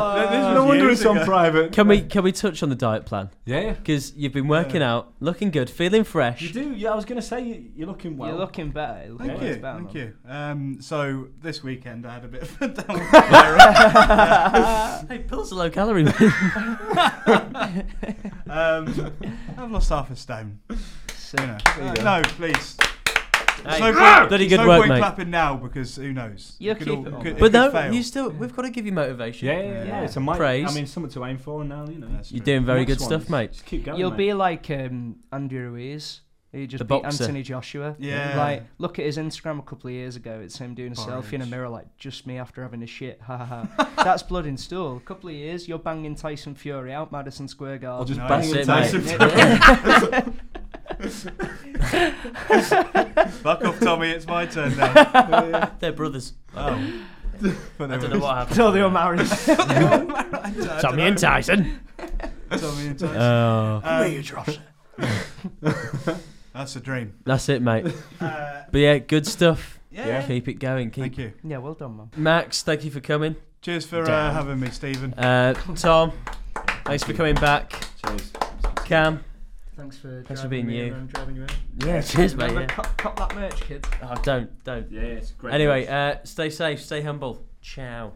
[SPEAKER 2] no wonder it's on private.
[SPEAKER 1] can we can we touch on the diet plan?
[SPEAKER 2] Yeah.
[SPEAKER 1] Because you've been working out, looking good, feeling
[SPEAKER 2] You
[SPEAKER 1] fresh.
[SPEAKER 2] do. Yeah, I was going to say, you- you're looking well.
[SPEAKER 4] You're looking better. You're
[SPEAKER 3] Thank
[SPEAKER 4] looking
[SPEAKER 3] you,
[SPEAKER 4] better,
[SPEAKER 3] thank
[SPEAKER 4] man.
[SPEAKER 3] you. Um, so this weekend I had a bit of a down.
[SPEAKER 1] Hey, pills are low calorie.
[SPEAKER 3] um, I've lost half a stone. you
[SPEAKER 4] Sick.
[SPEAKER 3] know.
[SPEAKER 2] There you
[SPEAKER 3] Uh,
[SPEAKER 2] go.
[SPEAKER 3] no, please. There's
[SPEAKER 1] Hey, Ah!
[SPEAKER 3] no
[SPEAKER 1] bloody
[SPEAKER 3] point, there's
[SPEAKER 1] good
[SPEAKER 3] no
[SPEAKER 1] work,
[SPEAKER 3] point
[SPEAKER 1] mate.
[SPEAKER 3] clapping now because who knows?
[SPEAKER 4] You'll
[SPEAKER 3] It could
[SPEAKER 4] keep
[SPEAKER 3] all-
[SPEAKER 4] it on,
[SPEAKER 3] could-
[SPEAKER 4] mate.
[SPEAKER 1] but
[SPEAKER 3] could
[SPEAKER 1] no,
[SPEAKER 3] fail.
[SPEAKER 1] you still. We've got to give you motivation.
[SPEAKER 2] Yeah, yeah, yeah.
[SPEAKER 4] Yeah.
[SPEAKER 2] It's a mic.
[SPEAKER 1] Praise.
[SPEAKER 2] I mean, something to aim for now, you know.
[SPEAKER 3] That's
[SPEAKER 1] You're
[SPEAKER 3] true.
[SPEAKER 1] doing very
[SPEAKER 2] Next
[SPEAKER 1] good
[SPEAKER 2] one,
[SPEAKER 1] stuff, mate.
[SPEAKER 2] Just keep going.
[SPEAKER 4] You'll
[SPEAKER 2] mate.
[SPEAKER 4] be like um, Andrew Ruiz. He just
[SPEAKER 1] The
[SPEAKER 4] beat
[SPEAKER 1] boxer.
[SPEAKER 4] Anthony Joshua.
[SPEAKER 3] Yeah.
[SPEAKER 4] Like, look at his Instagram a couple of years ago. It's him doing a selfie in a
[SPEAKER 3] Porridge.
[SPEAKER 4] mirror, like, just me after having a shit. Ha ha ha. That's blood in stool. A couple of years, you're banging Tyson Fury out Madison Square
[SPEAKER 2] I'll
[SPEAKER 4] Garden.
[SPEAKER 2] just
[SPEAKER 3] No,
[SPEAKER 2] bang
[SPEAKER 3] that's
[SPEAKER 2] in
[SPEAKER 1] it,
[SPEAKER 2] Tyson.
[SPEAKER 1] mate.
[SPEAKER 2] Fury.
[SPEAKER 3] Fuck off, Tommy. It's my turn now.
[SPEAKER 1] They're brothers.
[SPEAKER 3] Oh.
[SPEAKER 1] I don't know what happened.
[SPEAKER 4] Until they were married.
[SPEAKER 1] Tommy and Tyson.
[SPEAKER 3] Tommy and Tyson.
[SPEAKER 1] Oh.
[SPEAKER 3] Um, that's a dream.
[SPEAKER 1] That's it, mate.
[SPEAKER 3] Uh,
[SPEAKER 1] But yeah, good stuff.
[SPEAKER 3] yeah.
[SPEAKER 1] Keep it going. Keep
[SPEAKER 3] Thank you.
[SPEAKER 4] yeah, well done, man.
[SPEAKER 1] Max, thank you for coming.
[SPEAKER 3] Cheers for uh,
[SPEAKER 1] Damn.
[SPEAKER 3] having me, Stephen.
[SPEAKER 1] Uh, Tom, thanks for coming back.
[SPEAKER 2] Cheers.
[SPEAKER 1] Cam,
[SPEAKER 4] Thanks for
[SPEAKER 1] Thanks for driving being me you. around,
[SPEAKER 4] driving you in.
[SPEAKER 1] yeah, cheers, mate.
[SPEAKER 4] Remember,
[SPEAKER 1] yeah.
[SPEAKER 4] cop, cop that merch, kid.
[SPEAKER 1] Oh, don't, don't.
[SPEAKER 2] Yeah, it's great.
[SPEAKER 1] Anyway, uh, stay safe, stay humble. Ciao.